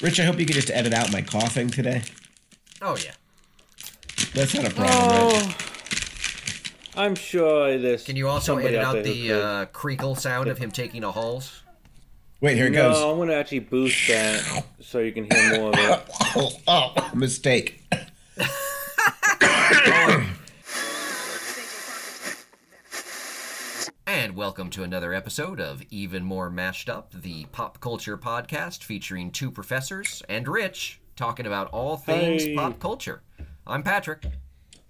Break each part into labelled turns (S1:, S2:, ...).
S1: Rich, I hope you could just edit out my coughing today.
S2: Oh yeah.
S1: That's not a problem, Rich.
S3: Oh, I'm sure this.
S2: Can you also
S3: somebody
S2: edit out
S3: there who
S2: the
S3: could.
S2: uh, creakle sound of him taking a hulls?
S1: Wait, here it
S3: no,
S2: uh,
S1: goes.
S3: I'm gonna actually boost that so you can hear more of it.
S1: Oh, oh, mistake.
S2: And welcome to another episode of Even More Mashed Up, the pop culture podcast featuring two professors and Rich talking about all things
S3: Hey.
S2: pop culture. I'm Patrick.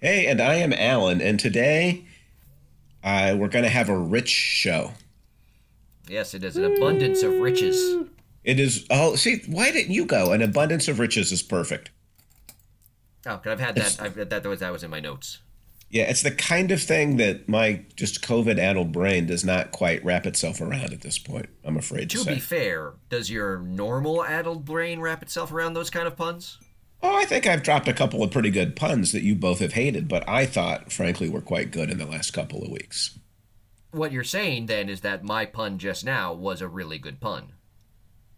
S1: Hey, and I am Alan, and today uh, we're going to have a rich show.
S2: Yes, it is an abundance of riches.
S1: It is, oh, see, why didn't you go? An abundance of riches is perfect.
S2: Oh, 'cause I've had that. I've, that, that was that was in my notes.
S1: Yeah, it's the kind of thing that my just COVID addled brain does not quite wrap itself around at this point, I'm afraid to,
S2: To
S1: say.
S2: be fair, does your normal addled brain wrap itself around those kind of puns?
S1: oh, I think I've dropped a couple of pretty good puns that you both have hated, but I thought, frankly, were quite good in the last couple of weeks.
S2: What you're saying then is that my pun just now was a really good pun.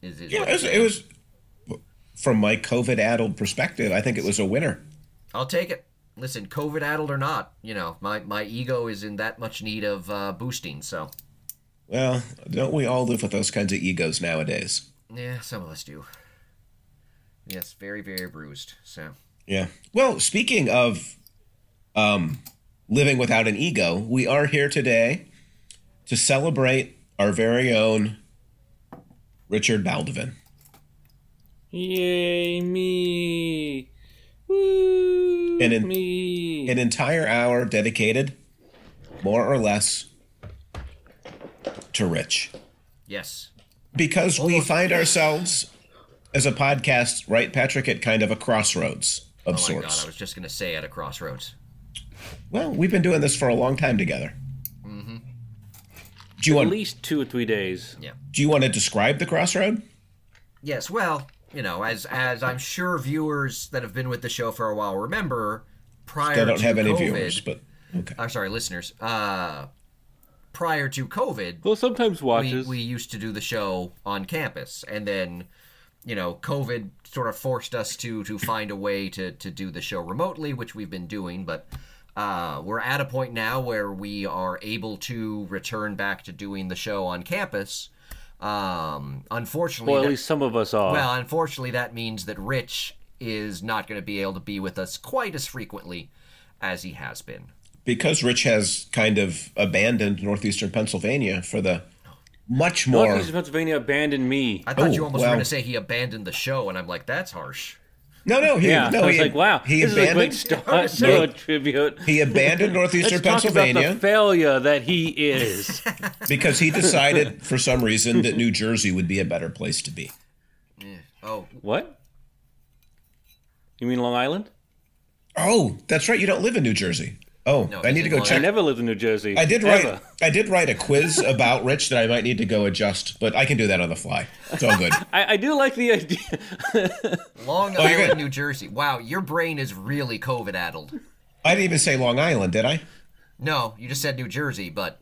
S2: Is, is
S1: Yeah,
S2: what
S1: it was,
S2: you're
S1: it was from my COVID addled perspective, I think it was a winner.
S2: I'll take it. Listen, COVID addled or not, you know, my, my ego is in that much need of uh, boosting. So,
S1: Well, don't we all live with those kinds of egos nowadays?
S2: yeah, some of us do. Yes, very, very bruised. So,
S1: Yeah. Well, speaking of um, living without an ego, we are here today to celebrate our very own Richard Baldwin.
S3: Yay me! Woo
S1: And in-
S3: me!
S1: An entire hour dedicated, more or less, to Rich.
S2: yes.
S1: Because we find ourselves, as a podcast, right, Patrick, at kind of a crossroads of
S2: Oh my God,
S1: sorts.
S2: I was just going to say at a crossroads.
S1: Well, we've been doing this for a long time together.
S2: Mm-hmm.
S1: Do you
S3: At
S1: want
S3: least two or three days.
S2: Yeah.
S1: Do you want to describe the crossroad?
S2: Yes, well, you know, as as I'm sure viewers that have been with the show for a while remember, prior
S1: I don't
S2: to
S1: have any
S2: COVID,
S1: viewers, but okay.
S2: I'm sorry, listeners. Uh, prior to COVID,
S3: Well, sometimes
S2: we,
S3: watches.
S2: we used to do the show on campus and then you know covid sort of forced us to to find a way to to do the show remotely which we've been doing but uh, we're at a point now where we are able to return back to doing the show on campus um unfortunately
S3: well, at
S2: that-
S3: least some of us are.
S2: well, unfortunately, that means that Rich is not going to be able to be with us quite as frequently as he has been.
S1: Because Rich has kind of abandoned northeastern Pennsylvania for the much more.
S3: Northeastern Pennsylvania abandoned me.
S2: I thought
S1: Oh,
S2: you almost
S1: well.
S2: were going to say he abandoned the show, and I'm like, that's harsh.
S1: No, no, he,
S3: yeah,
S1: no,
S3: I was
S1: he,
S3: like, wow,
S1: he
S3: this is a great
S1: abandoned.
S3: start
S2: just
S3: to a
S2: saying.
S3: tribute.
S1: he abandoned northeastern
S3: Let's talk about
S1: Pennsylvania
S3: the failure that he is.
S1: because he decided, for some reason, that New Jersey would be a better place to be.
S2: Oh,
S3: what? You mean Long Island?
S1: Oh, that's right. You don't live in New Jersey. Oh,
S2: No,
S1: I need to go
S2: he's
S3: I
S1: check.
S3: never lived in New Jersey.
S1: I did write.
S3: ever.
S1: I did write a quiz about Rich that I might need to go adjust, but I can do that on the fly. It's all good.
S3: I, I do like the idea.
S2: Long
S1: Oh, you're
S2: Island,
S1: good.
S2: New Jersey. Wow, your brain is really COVID addled.
S1: I didn't even say Long Island, did I?
S2: No, you just said New Jersey, but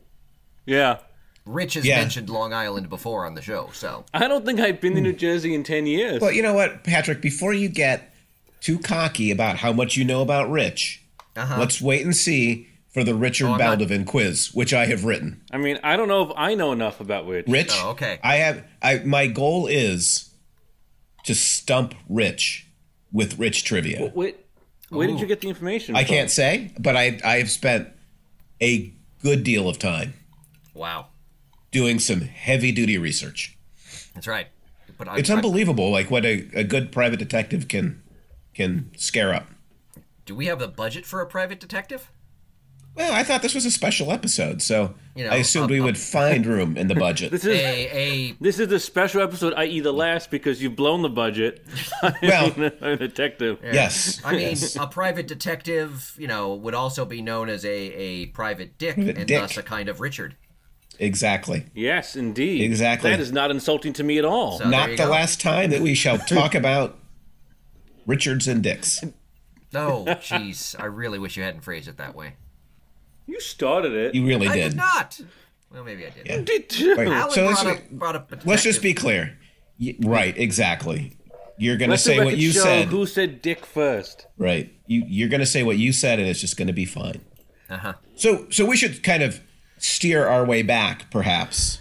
S3: yeah.
S2: Rich has
S1: Yeah.
S2: mentioned Long Island before on the show, so
S3: I don't think I've been to New Jersey in 10 years.
S1: Well, Hmm. you know what, Patrick? Before you get too cocky about how much you know about Rich, let's wait and see for the Richard
S2: Oh, I'm not-
S1: Baldwin quiz, which I have written.
S3: I mean, I don't know if I know enough about Rich.
S1: Rich,
S2: Oh, okay.
S1: I have. I my goal is to stump Rich with Rich trivia.
S3: Wait, where did you get the information?
S1: I
S3: from?
S1: can't say, but I I have spent a good deal of time
S2: wow,
S1: doing some heavy duty research.
S2: that's right. But I,
S1: It's
S2: I-
S1: unbelievable, like what a, a good private detective can can scare up.
S2: do we have the budget for a private detective?
S1: Well, I thought this was a special episode, so
S2: You know,
S1: I assumed
S2: um,
S1: we
S2: um,
S1: would find room in the budget.
S3: This is
S2: A a
S3: this is the special episode, i.e., the last, because you've blown the budget.
S1: Well-
S3: I'm a detective.
S1: yes.
S2: I mean,
S1: yes.
S2: a private detective, you know, would also be known as a, a private dick, and
S1: dick.
S2: thus a kind of Richard.
S1: exactly.
S3: Yes, indeed.
S1: Exactly.
S3: That is not insulting to me at all.
S2: So- Oh, there
S1: Not
S2: you
S1: the
S2: go.
S1: last time that we shall talk about Richards and Dicks.
S2: Oh, jeez, I really wish you hadn't phrased it that way.
S3: you started it.
S1: You really
S2: I
S1: did.
S2: did not. Well, maybe I did.
S3: You did too.
S1: Right.
S2: Alan
S1: So let's,
S2: brought, up, brought up. a
S1: let's just
S2: detective.
S1: be clear. Y- Right, exactly. you're going to
S3: Let the
S1: say what
S3: record
S1: you
S3: show
S1: said.
S3: Who said dick first?
S1: Right. You you're going to say what you said, and it's just going to be fine.
S2: Uh-huh.
S1: So so we should kind of steer our way back, perhaps.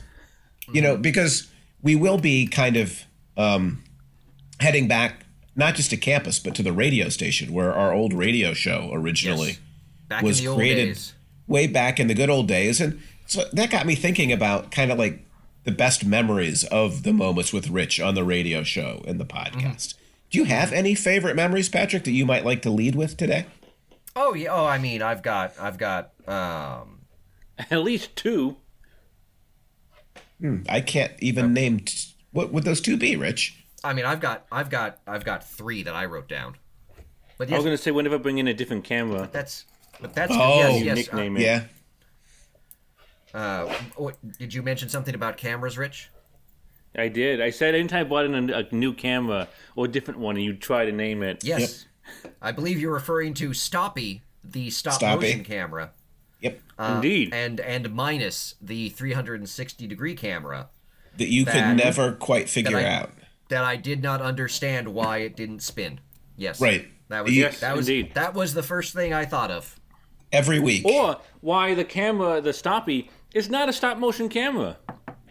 S1: You know, because we will be kind of um, heading back not just to campus, but to the radio station where our old radio show originally
S2: Yes. Back
S1: was
S2: in the old
S1: created
S2: days.
S1: way back in the good old days, and so that got me thinking about kind of like the best memories of the moments with Rich on the radio show and the podcast.
S2: Mm-hmm.
S1: Do you have any favorite memories, Patrick, that you might like to lead with today?
S2: Oh yeah. Oh, I mean, I've got, I've got. um
S3: At least two.
S1: I can't even name t- what would those two be, Rich?
S2: I mean, I've got, I've got, I've got three that I wrote down. But
S3: I
S2: yes,
S3: was gonna say whenever I bring in a different camera,
S2: that's, but that's.
S1: Oh.
S2: yes,
S1: You
S2: yes.
S3: nickname it.
S1: Yeah.
S2: Uh, uh, what, did you mention something about cameras, Rich?
S3: I did. I said anytime I bought in a, a new camera or a different one, and you try to name it.
S2: Yes. I believe you're referring to Stoppy, the stop
S1: Stoppy.
S2: motion camera,
S1: Yep.
S3: Indeed.
S2: and and minus the 360 degree camera
S1: That you could
S2: That-
S1: never quite figure
S2: I-
S1: out.
S2: that I did not understand why it didn't spin. Yes.
S1: Right.
S2: That was
S1: Yes,
S2: that was
S3: indeed.
S2: that was the first thing I thought of.
S1: Every week.
S2: Oh
S3: or why the camera, the stoppy, is not a stop motion camera.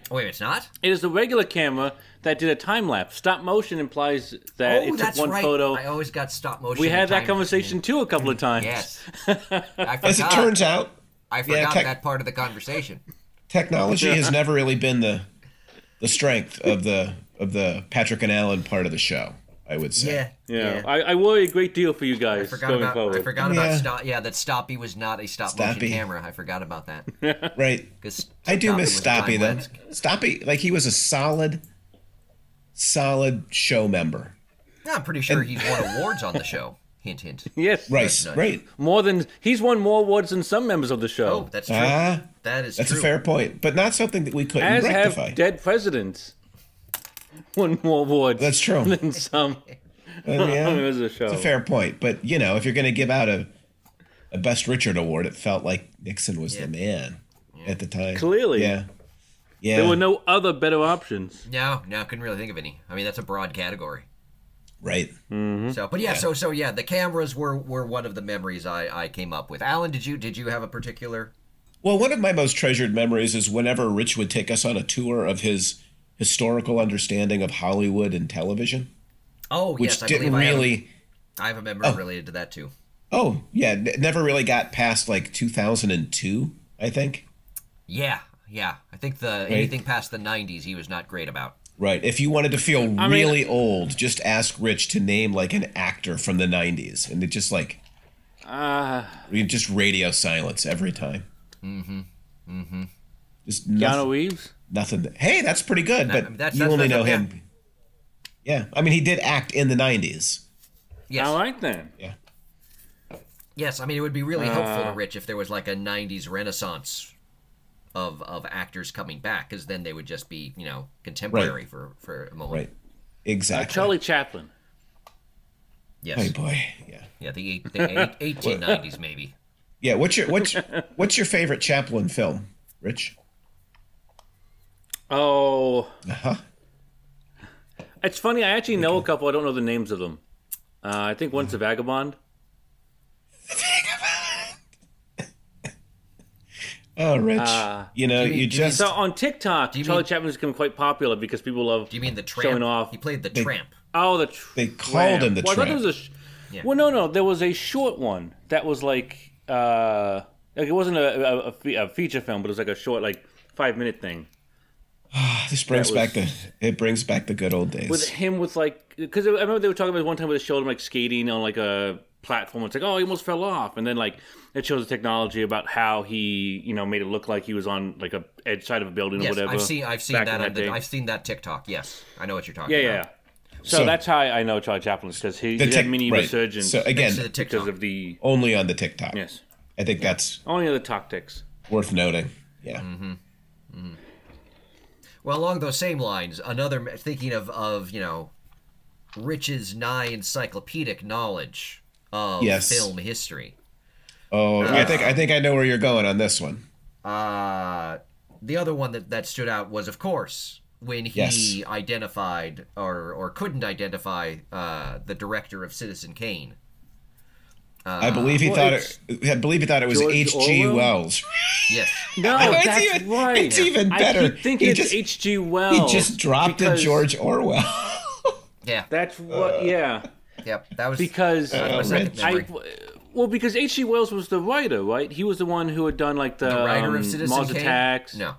S2: Oh, wait, it's not.
S3: It is the regular camera that did a time lapse. Stop motion implies that
S2: oh,
S3: it took
S2: that's
S3: one
S2: right.
S3: photo.
S2: I always got stop motion.
S3: We had
S2: time
S3: that conversation too a couple of times.
S2: Yes. I forgot.
S1: As it turns out,
S2: I forgot
S1: tech-
S2: that part of the conversation.
S1: technology has never really been the the strength of the of the Patrick and Allen part of the show, I would say.
S2: Yeah.
S3: Yeah, I, I worry a great deal for you guys
S2: forgot
S3: going
S2: about
S3: forward.
S2: I forgot about
S1: Yeah.
S2: stop. Yeah, that Stoppy was not a stop motion
S1: Stoppy.
S2: camera. I forgot about that.
S1: Right.
S2: 'Cause
S1: I do
S2: Stoppy
S1: miss
S2: was a time
S1: Stoppy though.
S2: lapse.
S1: Stoppy, like he was a solid, solid show member.
S2: Yeah, I'm pretty sure he's won awards on the show. Hint, hint.
S3: Yes,
S1: Right,
S2: nice.
S1: right.
S3: More than he's won more awards than some members of the
S2: Oh,
S3: show.
S2: that's true.
S1: Ah,
S2: that is
S1: that's
S2: true.
S1: a fair point, but not something that we couldn't
S3: As
S1: rectify.
S3: have dead presidents won more awards
S1: that's true.
S3: than some
S1: Uh, yeah.
S3: members of the show.
S1: It's a fair point, but you know, if you're going to give out a a Best Richard award, it felt like Nixon was the man at the time.
S3: Clearly.
S1: yeah, yeah,
S3: There were no other better options.
S2: No, no, couldn't really think of any. I mean, that's a broad category.
S1: right.
S3: Mm-hmm.
S2: So, but yeah, so so yeah, the cameras were were one of the memories I I came up with. Alan, did you did you have a particular?
S1: Well, one of my most treasured memories is whenever Rich would take us on a tour of his historical understanding of Hollywood and television,
S2: Oh,
S1: which
S2: yes, I
S1: didn't
S2: believe
S1: really.
S2: I have, a- I have a memory related to that too.
S1: Oh, yeah, n- never really got past like 2002, I think.
S2: Yeah, yeah. I think the anything past the '90s, he was not great about.
S1: Right. If you wanted to feel
S3: mean-
S1: really old, just ask Rich to name like an actor from the 90s, and it just like
S3: Ah,
S1: we just radio silence every time. Mm-hmm. Mm-hmm.
S2: Mm-hmm.
S1: Just
S3: Keanu
S1: nothing.
S3: Reeves.
S1: nothing that- hey, that's pretty good, but
S2: that's-
S1: you
S2: that's
S1: only
S2: nothing,
S1: know him. Yeah. I mean, he did act in the 90s.
S2: Yes,
S3: All right then.
S1: Yeah.
S2: yes. I mean, it would be really helpful to Rich if there was like a '90s renaissance of of actors coming back, because then they would just be you know contemporary for for a moment.
S1: Right. Exactly.
S3: Uh, Charlie Chaplin.
S2: Yes.
S1: Hey, boy. Yeah.
S2: Yeah, the, eight, the eight, 1890s maybe.
S1: Yeah. What's your what's what's your favorite Chaplin film, Rich?
S3: Oh,
S1: Uh huh.
S3: it's funny. I actually know a couple. I don't know the names of them. Uh, I think one's a vagabond.
S1: Oh, Rich.
S3: Uh,
S1: you know, you,
S2: mean- do you mean
S1: just
S3: So on TikTok,
S2: you
S3: Charlie
S2: mean-
S3: Chaplin's become quite popular because people love.
S2: Do you mean the tramp?
S3: showing off?
S2: He played the tramp.
S3: Oh, the tr-
S1: They called him the
S3: well, I thought
S1: tramp.
S3: there was a sh- Well, no, no, there was a short one that was like, uh, like it wasn't a, a- a, fe- a feature film, but it was like a short, like five minute thing
S1: this brings
S3: was-
S1: back the it brings back the good old days.
S3: with him with like, because I remember they were talking about one time where they showed him like skating on like a platform. It's like, oh, he almost fell off, and then like it shows the technology about how he, you know, made it look like he was on like a edge side of a building or
S2: Yes,
S3: whatever.
S2: I've seen I've seen
S3: back
S2: that,
S3: in
S2: on the,
S3: day.
S2: I've seen that TikTok. Yes, I know what you're talking
S3: yeah,
S2: about.
S3: yeah. yeah. So,
S1: So-
S3: that's how I know Charlie Chaplin because he, he
S1: tech-
S3: had mini
S1: right.
S3: resurgence
S1: So uh, again,
S2: To the TikTok.
S3: because of the
S1: only on the TikTok.
S3: yes,
S1: I think that's
S3: only the tactics.
S1: worth noting. Yeah.
S2: Mm. Well, along those same lines, another thinking of of you know, Rich's nigh encyclopedic knowledge of
S1: Yes.
S2: film history.
S1: Oh,
S3: Uh,
S1: I think I think I know where you're going on this one.
S2: Uh, the other one that that stood out was, of course, when he
S1: Yes.
S2: identified or or couldn't identify uh, the director of Citizen Kane. Uh,
S1: I believe he
S3: Well,
S1: thought
S3: it's
S1: it. I believe he thought it was
S3: George
S1: H.G.
S3: Orwell?
S1: Wells.
S2: Yes.
S3: No,
S1: Oh, it's
S3: that's
S1: even-
S3: right.
S1: it's even
S3: I
S1: better.
S3: keep thinking
S1: He
S3: it's
S1: just-
S3: H.G.
S1: he
S3: Wells.
S1: just dropped a
S3: because
S1: George Orwell.
S2: Yeah.
S3: That's what. yeah.
S2: Yep. That was
S3: because
S2: Uh,
S1: Rich.
S3: I, well, because H.G. Wells was the writer, right? He was the one who had done like the,
S2: the writer
S3: um,
S2: of Citizen
S3: Mars
S2: Kane.
S3: Attacks.
S2: No.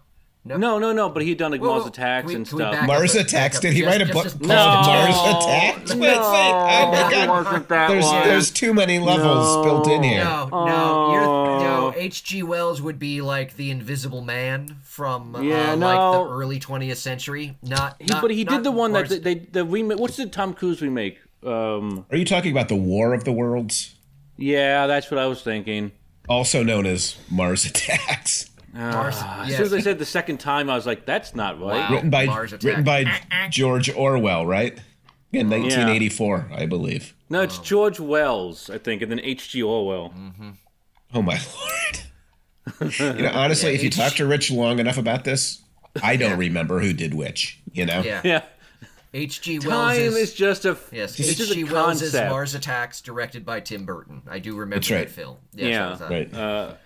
S3: no, no, no. But he had done like
S2: Whoa,
S3: Mars
S2: whoa,
S3: Attacks
S2: can we-
S3: and
S2: can we
S3: stuff.
S2: back
S1: Mars
S2: Back up.
S1: Attacks. Did he
S2: Just-
S1: write a
S2: just-
S1: book
S2: just
S1: called
S3: No.
S1: Mars Attacks?
S3: No,
S1: Wait, wait, oh my
S3: it
S1: God.
S3: wasn't that
S1: There's
S3: one.
S1: there's too many levels built in here.
S2: No, no, you're,
S3: Oh.
S2: no. H.G. Wells would be like the Invisible Man from
S3: Yeah,
S2: uh,
S3: no.
S2: like the early 20th century. Not,
S3: He-
S2: not
S3: but he
S2: not
S3: did the one that
S2: Mars-
S3: they, they the remake. What's the Tom Cruise remake? Um,
S1: Are you talking about the War of the Worlds,
S3: yeah, that's what I was thinking.
S1: also known as Mars Attacks,
S2: Mars.
S1: Ah,
S3: As
S2: yes.
S3: soon as I said the second time, I was like, "That's not right."
S2: Wow.
S1: written by
S2: Oh, Mars Attacks.
S1: written by George Orwell, right? In 1984, I believe.
S3: No, it's George Wells, I think, and then H.G. Orwell.
S2: Mm.
S1: Oh my lord! you know, honestly, if you talk to Rich long enough about this, I don't remember who did which. You know,
S2: yeah.
S3: Yeah,
S2: H.G. Wells
S3: time is just a
S2: yes.
S3: It's just
S2: H.G.
S3: a
S2: Wells is
S3: concept.
S2: Mars Attacks, directed by Tim Burton. I do remember
S1: That's right.
S2: that film. Yes,
S3: Yeah.
S2: that was, uh,
S1: right?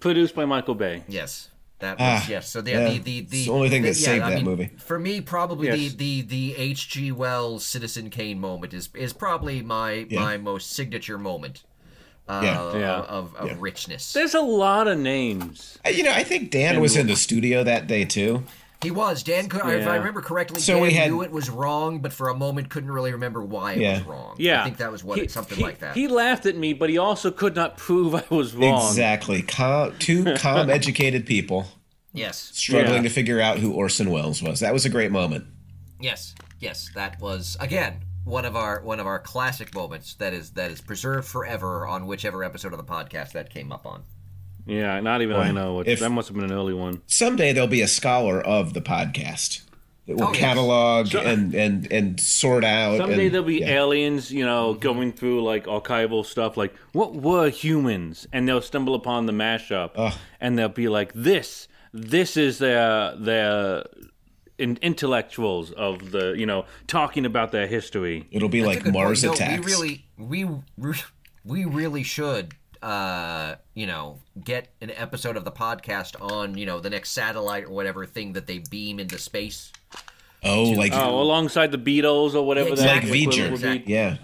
S3: produced by Michael Bay.
S2: Yes. That was yes. So the,
S1: Ah, yeah.
S2: the, the, the
S1: It's the only thing that
S2: yeah,
S1: saved
S2: I
S1: that
S2: mean,
S1: movie.
S2: For me, probably
S3: Yes.
S2: the, the the H.G. Wells Citizen Kane moment is is probably my my most signature moment. Uh,
S1: Yeah.
S3: Yeah.
S2: Of, of richness.
S3: There's a lot of names.
S1: Uh, You know, I think Dan was in the studio that day too.
S2: He was Dan. Could, If I
S3: Yeah.
S2: remember correctly,
S1: So
S2: Dan
S1: we had-
S2: knew it was wrong, but for a moment couldn't really remember why it
S1: Yeah.
S2: was wrong.
S3: Yeah,
S2: I think that was what
S3: He-
S2: something
S3: he-
S2: like that.
S3: He laughed at me, but he also could not prove I was wrong.
S1: Exactly. Calm, two calm, educated people
S2: yes,
S1: struggling to
S3: Yeah.
S1: figure out who Orson Welles was. That was a great moment.
S2: yes, yes. That was again one of our one of our classic moments that is that is preserved forever on whichever episode of the podcast that came up on.
S3: Yeah, not even I know. What,
S1: if-
S3: that must have been an early one.
S1: Someday there'll be a scholar of the podcast that will
S2: Oh, yes.
S1: catalog and and and sort out.
S3: Someday
S1: and-
S3: there'll be
S1: yeah. Mm-hmm.
S3: aliens, you know, going through like archival stuff, like what were humans, and they'll stumble upon the mashup, and they'll be like, "This, this is their their in- intellectuals of the, you know, talking about their history."
S1: It'll be
S2: That's a
S1: like
S2: good point.
S1: Mars
S2: No,
S1: attacks.
S2: We really, we we really should, uh, you know, get an episode of the podcast on, you know, the next satellite or whatever thing that they beam into space.
S1: oh, like
S3: Oh, alongside the Beatles or whatever
S1: like
S2: Exactly.
S3: that equivalent
S1: V'ger.
S3: would be.
S2: Exactly.
S1: Yeah.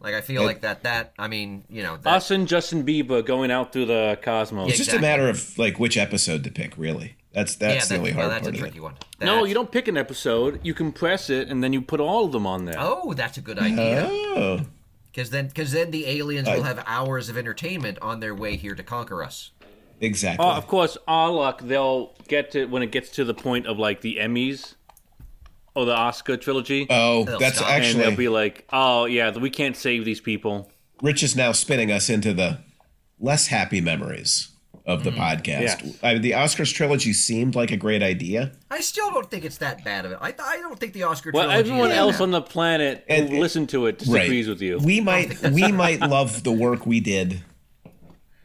S2: Like I feel like that. That I mean, you know, that,
S3: Us and Justin Bieber going out through the cosmos.
S1: It's just a
S2: Exactly.
S1: matter of like which episode to pick, really. That's
S2: yeah,
S1: that's
S2: that,
S1: the only
S2: no,
S1: hard
S2: that's
S1: part
S2: a
S1: of
S2: tricky
S1: it.
S2: one.
S3: No,
S2: That's-
S3: you don't pick an episode. You compress it, and then you put all of them on there.
S2: Oh, that's a good idea.
S1: Oh,
S2: Because then, because then the aliens will have hours of entertainment on their way here to conquer us.
S1: exactly.
S3: Uh, of course, our luck, they'll get to when it gets to the point of like the Emmys or the Oscar trilogy,
S1: oh,
S2: They'll
S1: that's
S2: stop.
S3: and they'll
S1: actually
S3: be like, "Oh yeah, we can't save these people."
S1: Rich is now spinning us into the less happy memories of
S2: Hmm.
S1: the podcast.
S3: Yes.
S1: I mean, the Oscars trilogy seemed like a great idea.
S2: I still don't think it's that bad of it. I, I don't think the Oscar.
S3: Well,
S2: trilogy
S3: everyone
S2: is
S3: else
S2: bad.
S3: on the planet who
S1: And-
S3: listened to it disagrees with you.
S1: We might we might love the work we did,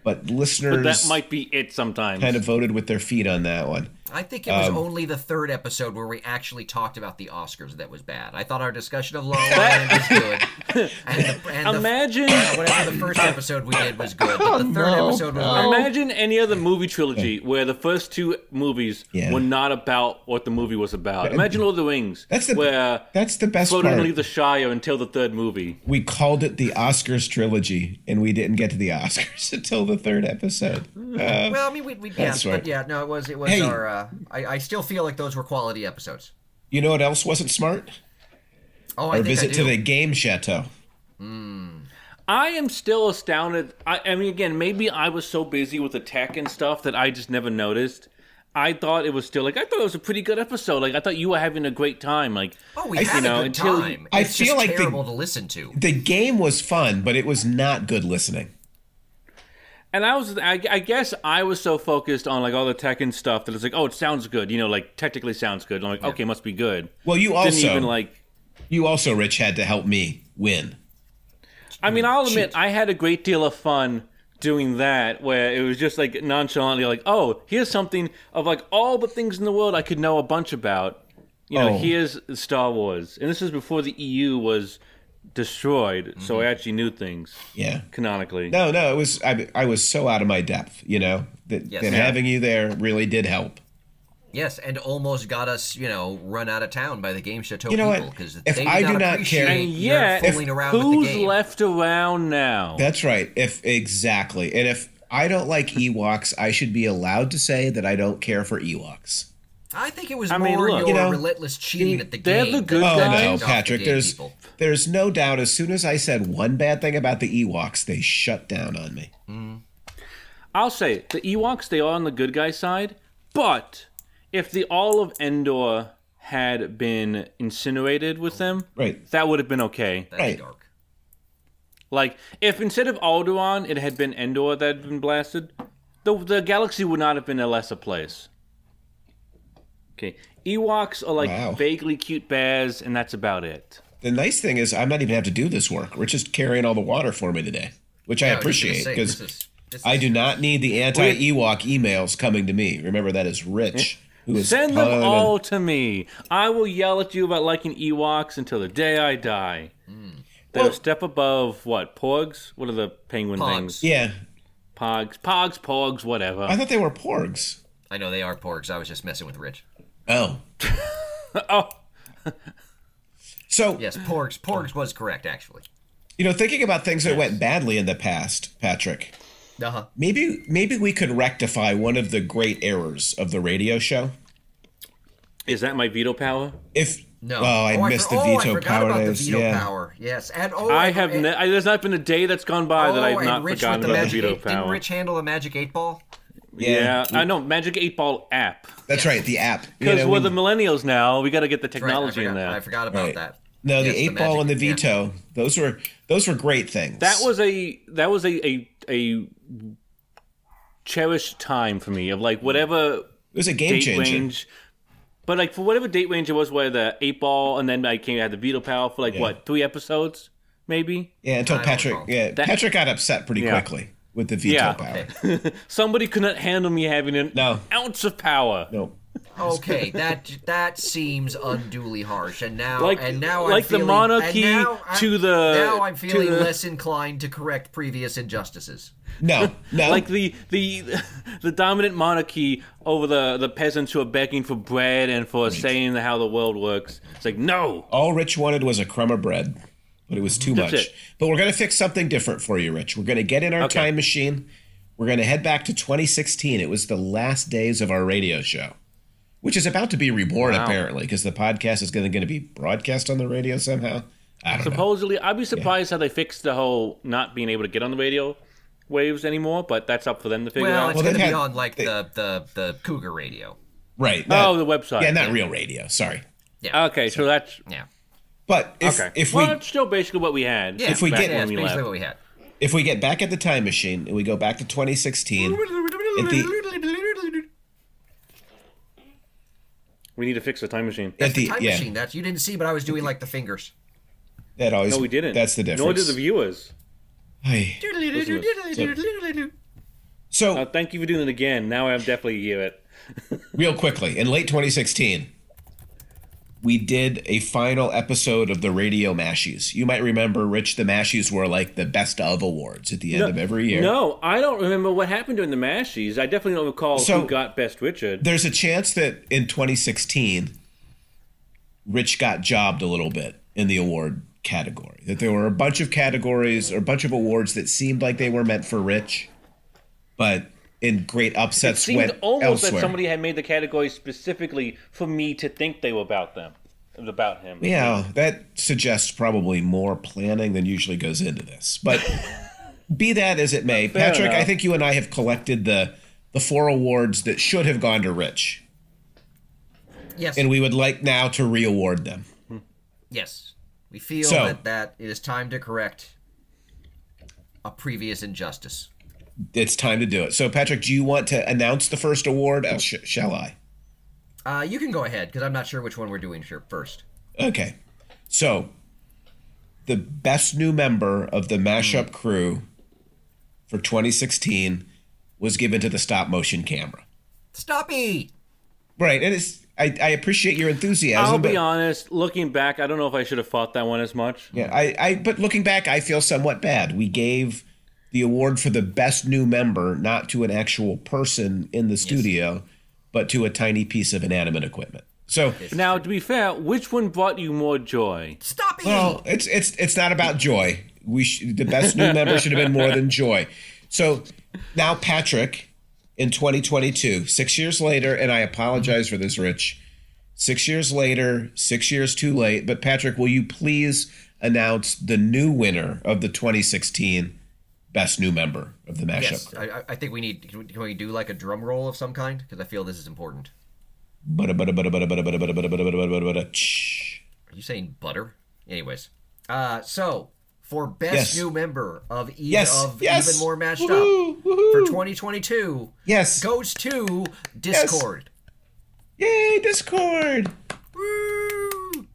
S1: but listeners
S3: but that might be it sometimes.
S1: kind of voted with their feet on that one.
S2: I think it was
S1: Um,
S2: only the third episode where we actually talked about the Oscars that was bad. I thought our discussion of La La Land was good, and the, and the
S3: imagine, Oh,
S2: whatever the first episode we did was good, but the third
S1: no.
S2: episode was
S1: Oh.
S3: imagine any other movie trilogy where the first two movies
S1: Yeah.
S3: were not about what the movie was about. Imagine Lord of the Rings,
S1: That's the
S3: where
S1: that's the best
S3: Frodo
S1: part.
S3: didn't leave the Shire until the third movie.
S1: we called it the Oscars trilogy, and we didn't get to the Oscars until the third episode.
S2: well. I mean, we, we yeah,
S1: That's
S2: but
S1: right.
S2: yeah, no, it was it was
S1: Hey.
S2: our. Uh, I, I still feel like those were quality episodes.
S1: You know what else wasn't smart?
S2: Oh, I
S1: Our
S2: think I
S1: visit
S2: do.
S1: to the game chateau.
S3: I am still astounded. I, I mean, again, maybe I was so busy with the tech and stuff that I just never noticed. I thought it was still like I thought it was a pretty good episode. Like I thought you were having a great time. Like
S2: Oh, we
S1: I-
S2: had
S1: you
S2: a
S3: know,
S2: good
S3: until-
S2: time.
S1: I
S2: It's
S1: feel
S2: just
S1: like the-
S2: terrible to listen to.
S1: The game was fun, but it was not good listening.
S3: And I was, I, I guess I was so focused on like all the tech and stuff that it's like, oh, it sounds good, you know, like technically sounds good. And I'm like, okay, must be good.
S1: Well, you
S3: Didn't
S1: also,
S3: even like.
S1: you also, Rich, had to help me win.
S3: I mean, I'll admit I had a great deal of fun doing that, where it was just like nonchalantly, like, oh, here's something of like all the things in the world I could know a bunch about, you know,
S1: Oh.
S3: here's Star Wars, and this is before the EU was destroyed, so
S2: Mm-hmm.
S3: I actually knew things
S1: Yeah.
S3: canonically.
S1: No, no, it was I, I was so out of my depth, you know, that,
S2: Yes.
S1: that
S2: Yeah.
S1: having you there really did help.
S2: Yes, and almost got us, you know, run out of town by the Game Chateau
S1: You know what?
S2: people because
S1: If
S2: they
S1: I
S2: did
S1: do
S2: not
S1: not
S2: appreciate
S1: care-
S3: and
S2: your
S3: yet,
S2: fooling around with the
S3: who's
S2: game.
S3: left around now?
S1: That's right. If exactly. And if I don't like Ewoks, I should be allowed to say that I don't care for Ewoks.
S2: I think it was
S3: I mean,
S2: more
S3: look,
S2: your
S1: you know,
S2: relentless cheating at the
S3: they're
S2: game.
S3: the good
S2: that
S1: Oh
S3: Guys.
S1: no,
S2: ticked off
S1: Patrick,
S2: the game
S1: there's
S2: people.
S1: there's no doubt as soon as I said one bad thing about the Ewoks, they shut down on me.
S3: I'll say it, the Ewoks they are on the good guy side, but if the all of Endor had been incinerated with them,
S1: Right.
S3: that would have been okay.
S2: That's
S1: Right.
S2: dark.
S3: Like if instead of Alderaan it had been Endor that had been blasted, the the galaxy would not have been a lesser place. Okay, Ewoks are like
S1: Wow.
S3: vaguely cute bears, and that's about it.
S1: The nice thing is I'm not even have to do this work. We're just carrying all the water for me today, which I
S2: I was just gonna
S1: appreciate
S2: say,
S1: because
S2: this is- this
S1: I
S2: is-
S1: do not need the anti Ewok emails coming to me. Remember that is Rich. Who is
S3: Send them
S1: ton of-
S3: all to me. I will yell at you about liking Ewoks until the day I die. They're
S1: Hmm. Well-
S3: a step above what? Porgs? What are the penguin
S2: Pogs.
S3: things?
S1: Yeah.
S3: Pogs. Pogs, pogs, whatever.
S1: I thought they were porgs.
S2: I know they are porgs. I was just messing with Rich.
S1: Oh.
S3: oh,
S1: So
S2: Yes, porgs. Porgs was correct actually.
S1: you know, thinking about things that went badly in the past, Patrick,
S2: Uh
S3: Uh-huh.
S2: huh.
S1: maybe maybe we could rectify one of the great errors of the radio show.
S3: is that my veto power?
S1: If
S2: No.
S1: oh, I
S2: for-
S1: missed
S2: oh,
S1: the
S2: I
S1: veto
S2: forgot
S1: power
S2: about
S1: days.
S2: the veto
S1: yeah.
S2: power. Yes, and oh,
S3: I have.
S2: and-
S3: Ne- I, there's not been a day that's gone by that
S2: oh,
S3: I've
S2: and
S3: not
S2: Rich
S3: forgotten
S2: with
S3: about the
S2: magic
S3: veto
S2: eight- Didn't
S3: power.
S2: Rich handle the magic eight ball?
S3: yeah,
S1: Yeah.
S3: I know. Magic Eight Ball app.
S1: That's right, the app. You
S3: Because
S1: know,
S3: we're
S1: we-
S3: the millennials now. We got to get the
S2: Right,
S3: technology
S2: I forgot,
S3: in there.
S2: I forgot about
S1: Right.
S2: that.
S1: no,
S2: Yes,
S1: the eight ball
S2: magic-
S1: and the
S2: yeah.
S1: veto. Those were those were great things.
S3: That was a that was a a, a cherished time for me of like whatever
S1: it was a game
S3: date
S1: changer.
S3: range. But like for whatever date range it was, where the eight ball and then I came had the veto power for like what three episodes maybe.
S1: Yeah, until
S2: don't
S1: Patrick.
S2: recall.
S1: Yeah, Patrick got upset pretty
S3: Yeah.
S1: quickly with the veto
S3: Yeah.
S1: power.
S3: Somebody could not handle me having an
S1: No.
S3: ounce of power.
S1: No,
S2: Okay, that that seems unduly harsh, and now
S3: Like-
S2: and now
S3: like
S2: I'm
S3: the
S2: feeling,
S3: monarchy
S2: and now I-
S3: to the-
S2: now I'm
S3: to
S2: feeling
S3: the-
S2: less inclined to correct previous injustices.
S1: no, no.
S3: Like the the the dominant monarchy over the the peasants who are begging for bread and for saying how the world works. It's like no,
S1: All Rich wanted was a crumb of bread, but it was too
S3: That's
S1: much.
S3: it.
S1: But we're going to fix something different for you, Rich. We're going to get in our
S3: Okay.
S1: time machine. We're going to head back to 2016. It was the last days of our radio show, which is about to be reborn, apparently, because the podcast is going to be broadcast on the radio somehow. I don't know.
S3: Supposedly, I'd be surprised how they fixed the whole not being able to get on the radio waves anymore, but that's up for them to figure
S2: Well,
S3: out.
S2: it's
S1: Well,
S2: going
S1: they've
S2: to
S1: had-
S2: be on like
S1: they-
S2: the, the the cougar radio.
S1: Right.
S3: Oh,
S1: not-
S3: the website.
S1: Yeah, not real radio. Sorry.
S2: Yeah.
S3: Okay, so that's
S2: yeah.
S1: But if,
S3: okay.
S1: if
S3: well,
S1: we
S3: that's still basically what we had.
S2: Yeah.
S1: If we
S3: back
S1: get-
S2: yeah,
S3: when
S2: that's
S3: we
S2: basically
S3: left.
S2: what we had.
S1: if we get back at the time machine and we go back to 2016,
S3: we need to fix the time machine.
S1: at the
S2: Time
S1: yeah,
S2: machine. That you didn't see, but I was doing like the fingers.
S1: that always
S3: No, we didn't.
S1: That's the
S3: Nor
S1: difference.
S3: did the viewers.
S1: Ay. So
S3: Uh, thank you for doing it again. Now I'm definitely hear it.
S1: real quickly in late 2016 we did a final episode of the radio mashies you might remember rich the mashies were like the best of awards at the end of every year
S3: No, I don't remember what happened during the Mashies. I definitely don't recall
S1: So-
S3: who got Best Richard.
S1: there's a chance that in 2016 rich got jobbed a little bit in the award category that there were a bunch of categories or a bunch of awards that seemed like they were meant for rich but in great
S3: It
S1: upsets
S3: seemed
S1: went
S3: almost
S1: elsewhere.
S3: that somebody had made the categories specifically for me to think they were about them, about him.
S1: Yeah, that suggests probably more planning than usually goes into this. But be that as it may,
S3: Fair
S1: Patrick, I
S3: enough.
S1: think you and I have collected the the four awards that should have gone to Rich,
S2: Yes.
S1: and we would like now to reaward them.
S2: Yes. We feel
S1: So-
S2: that, that it is time to correct a previous injustice.
S1: It's time to do it. So, Patrick, do you want to announce the first award? Uh, sh- shall I?
S2: Uh, you can go ahead because I'm not sure which one we're doing here first.
S1: Okay. So, the best new member of the mashup
S3: Mm.
S1: crew for 2016 was given to the stop motion camera.
S2: Stoppy.
S1: Right, and it's I, I appreciate your enthusiasm.
S3: I'll
S1: but-
S3: be honest. Looking back, I don't know if I should have fought that one as much.
S1: Yeah, I, I but looking back, I feel somewhat bad. We gave the award for the best new member not to an actual person in the studio, but to a tiny piece of inanimate equipment. So
S3: Now, to be fair, which one brought you more joy?
S2: Stop eating.
S1: well, it's it's it's not about joy. We sh- the best new member should have been more than joy. So now Patrick in 2022, 6 years later and I apologize for this Rich. 6 years later, 6 years too late, but Patrick, will you please announce the new winner of the 2016 best new member of the mashup?
S2: yes,
S1: crew?
S2: I, I- I think we need. Can we, can we do like a drum roll of some kind? Because I feel this is important.
S1: Bada, bada, bada, bada, bada, bada, bada, bada, bada, bada, bada, bada, shh.
S2: Are you saying butter? Anyways, uh, so for best
S1: Yes.
S2: new member of even
S1: Yes,
S2: of
S1: yes.
S2: even more mashed
S1: Woohoo,
S2: up
S1: woohoo.
S2: for 2022
S1: Yes.
S2: goes to Discord.
S1: Yay, Discord.
S2: Woo!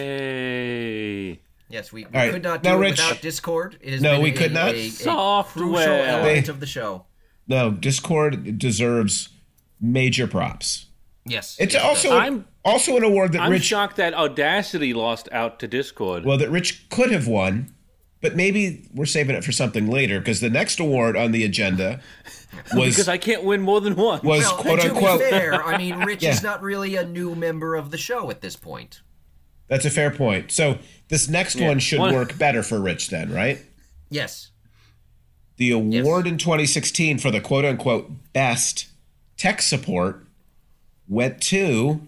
S3: Yay!
S2: Yes, we, we
S1: right,
S2: could not do
S1: now,
S2: it
S1: Rich-
S2: without Discord. It has
S1: No,
S2: been
S1: we
S2: a-
S1: could not.
S2: A, a crucial
S3: Software.
S2: element of the show.
S1: No, Discord deserves major props.
S2: Yes,
S1: It's
S2: yes, it
S1: also
S2: does.
S3: I'm-
S1: also an award that
S3: I'm
S1: Rich
S3: shocked that Audacity lost out to Discord.
S1: well that Rich could have won, but maybe we're saving it for something later because the next award on the agenda
S3: because
S1: was
S3: I can't win more than one.
S1: was
S2: Well,
S1: quote
S2: and to
S1: unquote.
S2: be fair, I mean, Rich
S1: Yeah.
S2: is not really a new member of the show at this point.
S1: That's a fair point. So this next one should
S3: One-
S1: work better for Rich then, right?
S2: Yes,
S1: The award in 2016 for the quote unquote best tech support went to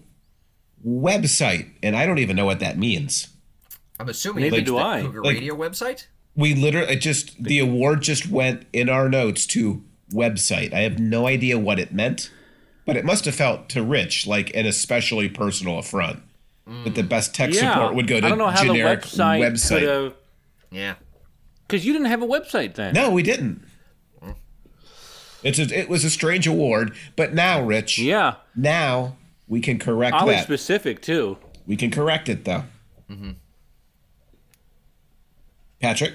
S1: website, and I don't even know what that means.
S2: I'm assuming
S3: Neither
S2: it's
S3: do
S2: the
S3: I.
S2: Cougar
S1: Like-
S2: Radio website.
S1: We literally it just the award just went in our notes to website. I have no idea what it meant, but it must have felt to Rich like an especially personal affront. That the best tech
S3: yeah,
S1: support would go to
S3: I don't know how the
S1: generic
S3: website,
S1: website.
S3: could have
S2: Yeah,
S3: because you didn't have a website then.
S1: No, we didn't. It's a, it was a strange award, but now, Rich,
S3: Yeah,
S1: now we can correct
S3: I was
S1: that.
S3: specific too.
S1: we can correct it though.
S3: Mm-hmm.
S1: Patrick,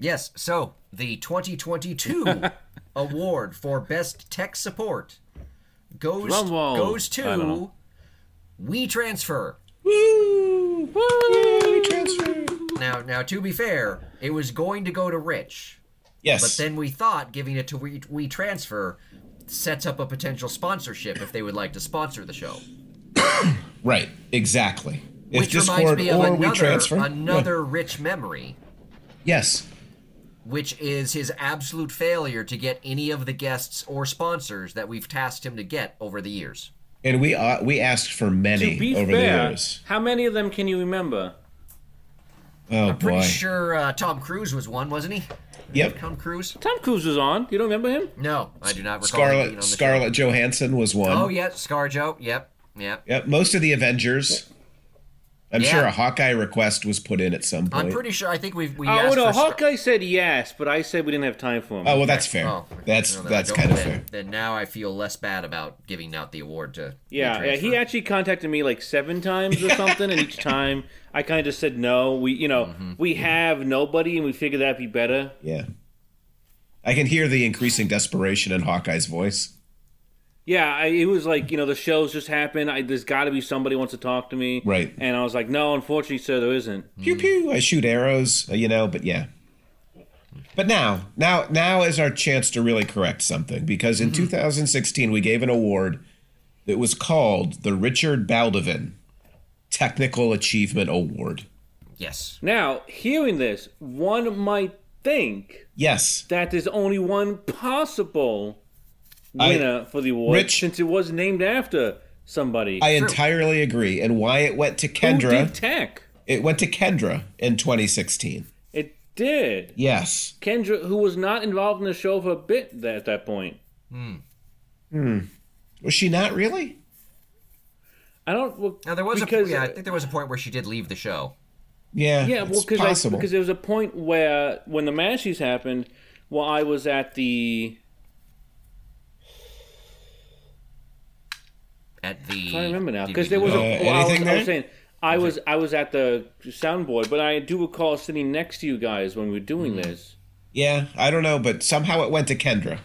S2: Yes, so the 2022 award for best tech support goes
S3: Drum roll.
S2: goes
S3: I don't
S2: to
S3: know.
S2: We Transfer.
S1: woo, woo, transfer.
S2: Now, now to be fair, it was going to go to Rich,
S1: Yes,
S2: but then we thought giving it to We, we Transfer sets up a potential sponsorship if they would like to sponsor the show.
S1: right, exactly. If
S2: Which
S1: Discord
S2: reminds me of
S1: or
S2: another
S1: we transfer,
S2: another Rich memory.
S1: yes,
S2: which is his absolute failure to get any of the guests or sponsors that we've tasked him to get over the years.
S1: and we uh, we asked for
S3: To
S1: many
S3: be
S1: over the
S3: fair,
S1: years.
S3: how many of them can you remember?
S1: Oh
S2: Pretty
S1: boy,
S2: sure uh, Tom Cruise was one, wasn't he?
S1: yep.
S2: Tom Cruise?
S3: Tom Cruise was on. You don't remember him?
S2: No, I do not recall. him being
S1: Scarlett
S2: on the show.
S1: Scarlett Johansson was one.
S2: Oh yeah, ScarJo. Yep, yep.
S1: Yep, most of the Avengers. I'm
S2: Yeah.
S1: sure a Hawkeye request was put in at some point.
S2: I'm pretty sure. I think we've we
S3: Oh
S2: asked
S3: no,
S2: for. Scar-
S3: Hawkeye said yes, but I said we didn't have time for him.
S1: oh well, that's fair.
S2: Oh,
S1: that's
S2: no, then I
S1: that's
S2: don't-
S1: kind of
S2: then-
S1: fair.
S2: Then now I feel less bad about giving out the award to.
S3: Yeah, yeah, he actually contacted me like seven times or something, and each time I kind of just said no. We, you know,
S1: Mm-hmm.
S3: we have nobody, and we figured that'd be better.
S1: Yeah, I can hear the increasing desperation in Hawkeye's voice.
S3: Yeah, I, it was like you know the shows just happened. I, there's got to be somebody wants to talk to me,
S1: Right.
S3: And I was like, no, unfortunately, sir, there isn't.
S1: Pew pew. I shoot arrows, uh, you know. But yeah. But now, now, now is our chance to really correct something because
S3: Mm-hmm.
S1: in 2016 we gave an award that was called the Richard Baldovin Technical Achievement Award.
S2: Yes.
S3: Now, hearing this, one might think
S1: Yes,
S3: that there's only one possible
S1: I-
S3: winner for the award,
S1: Rich-
S3: since it was named after somebody.
S1: I entirely agree. And why it went to
S3: Who
S1: Kendra?
S3: did tech?
S1: It went to Kendra in 2016.
S3: It did.
S1: Yes.
S3: Kendra, who was not involved in the show for a bit th- at that point.
S1: Was she not really?
S3: I don't. Well,
S2: Now there was
S3: because,
S2: a
S3: uh,
S2: yeah. I think there was a point where she did leave the show.
S1: Yeah.
S3: yeah, well,
S1: it's
S3: because
S1: possible.
S3: because there was a point where when the Mashies happened, while I was at the,
S2: At the
S3: I remember now because
S2: DVD.
S3: there was a.
S1: Uh,
S3: well, I, was,
S1: anything
S3: I
S1: there?
S3: was saying I was I was at the soundboard, but I do recall sitting next to you guys when we were doing
S1: Hmm.
S3: this.
S1: yeah, I don't know, but somehow it went to Kendra.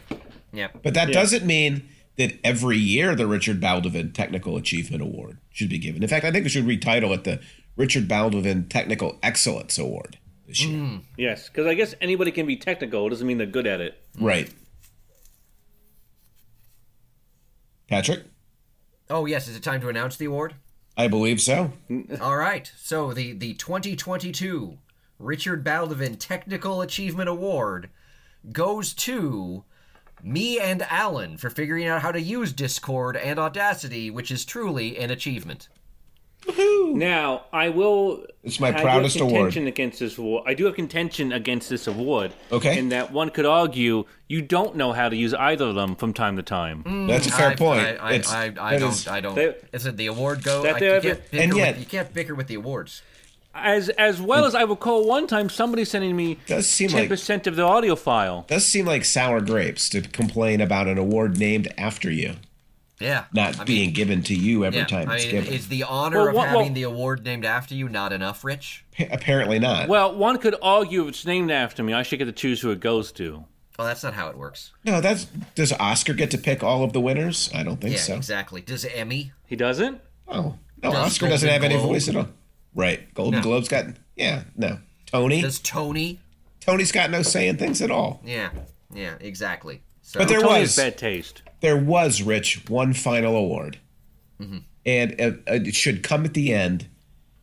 S2: yeah.
S1: But that doesn't mean that every year the Richard Baldwin Technical Achievement Award should be given. In fact, I think we should retitle it the Richard Baldwin Technical Excellence Award this year.
S2: Mm.
S3: Yes, because I guess anybody can be technical. It doesn't mean they're good at it.
S1: Right. Patrick?
S2: Oh yes, is it time to announce the award?
S1: I believe so.
S2: All right. So the the 2022 Richard Baldwin Technical Achievement Award goes to me and Alan for figuring out how to use Discord and Audacity, which is truly an achievement.
S3: Now, I will.
S1: It's my
S3: I do have
S1: proudest award.
S3: contention against this award. I do have contention against this award.
S1: Okay.
S3: In that one could argue you don't know how to use either of them from time to time.
S1: That's a fair
S2: I,
S1: point.
S2: Mm. I, I,
S1: It's-
S2: I, I
S1: that
S2: don't.
S1: is-
S2: I don't.
S3: They-
S2: Is it the award go?
S3: That
S2: I,
S3: they
S2: you,
S3: have
S2: can't
S3: it-
S2: bicker
S1: And
S2: with-
S1: yet-
S2: you can't bicker with the awards.
S3: As as well as I recall one time somebody sending me
S1: Does seem
S3: ten
S1: like-
S3: percent of the audio file.
S1: does seem like sour grapes to complain about an award named after you
S2: Yeah.
S1: not
S2: I mean,
S1: being given to you every
S2: yeah,
S1: time
S2: I
S1: it's
S2: mean,
S1: given.
S2: is the honor
S3: Well,
S2: of
S3: what-
S2: having
S3: well-
S2: the award named after you not enough, Rich?
S1: Pa- Apparently not.
S3: Well, one could argue if it's named after me, I should get to choose who it goes to.
S2: Well, that's not how it works.
S1: no, that's does Oscar get to pick all of the winners? I don't think
S2: Yeah,
S1: so.
S2: exactly. Does Emmy?
S3: He doesn't.
S1: Oh no,
S2: Does
S1: Oscar doesn't have
S2: Golden
S1: any
S2: Globe?
S1: voice at all. Right, Golden
S2: No.
S1: Globes got yeah no. Tony
S2: Does Tony?
S1: Tony's got no say in things at all.
S2: Yeah. Yeah. Exactly. So,
S1: But there
S3: Tony
S1: was
S3: has bad taste.
S1: there was Rich one final award,
S2: Mm-hmm.
S1: and uh, uh, it should come at the end.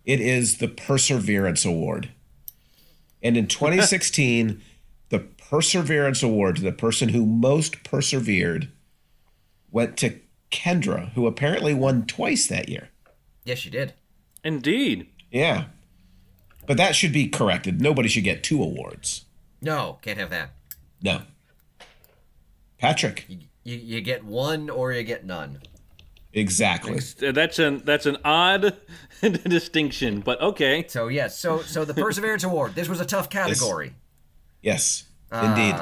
S1: It is the Perseverance Award, and in 2016, the Perseverance Award to the person who most persevered went to Kendra, who apparently won twice that year.
S2: yes, you did.
S3: Indeed.
S1: Yeah, but that should be corrected. Nobody should get two awards.
S2: No, can't have that.
S1: No, Patrick,
S2: You, you get one or you get none.
S1: exactly.
S3: That's an that's an odd distinction, but okay.
S2: So yes, so so the Perseverance Award. This was a tough category
S1: Yes, indeed.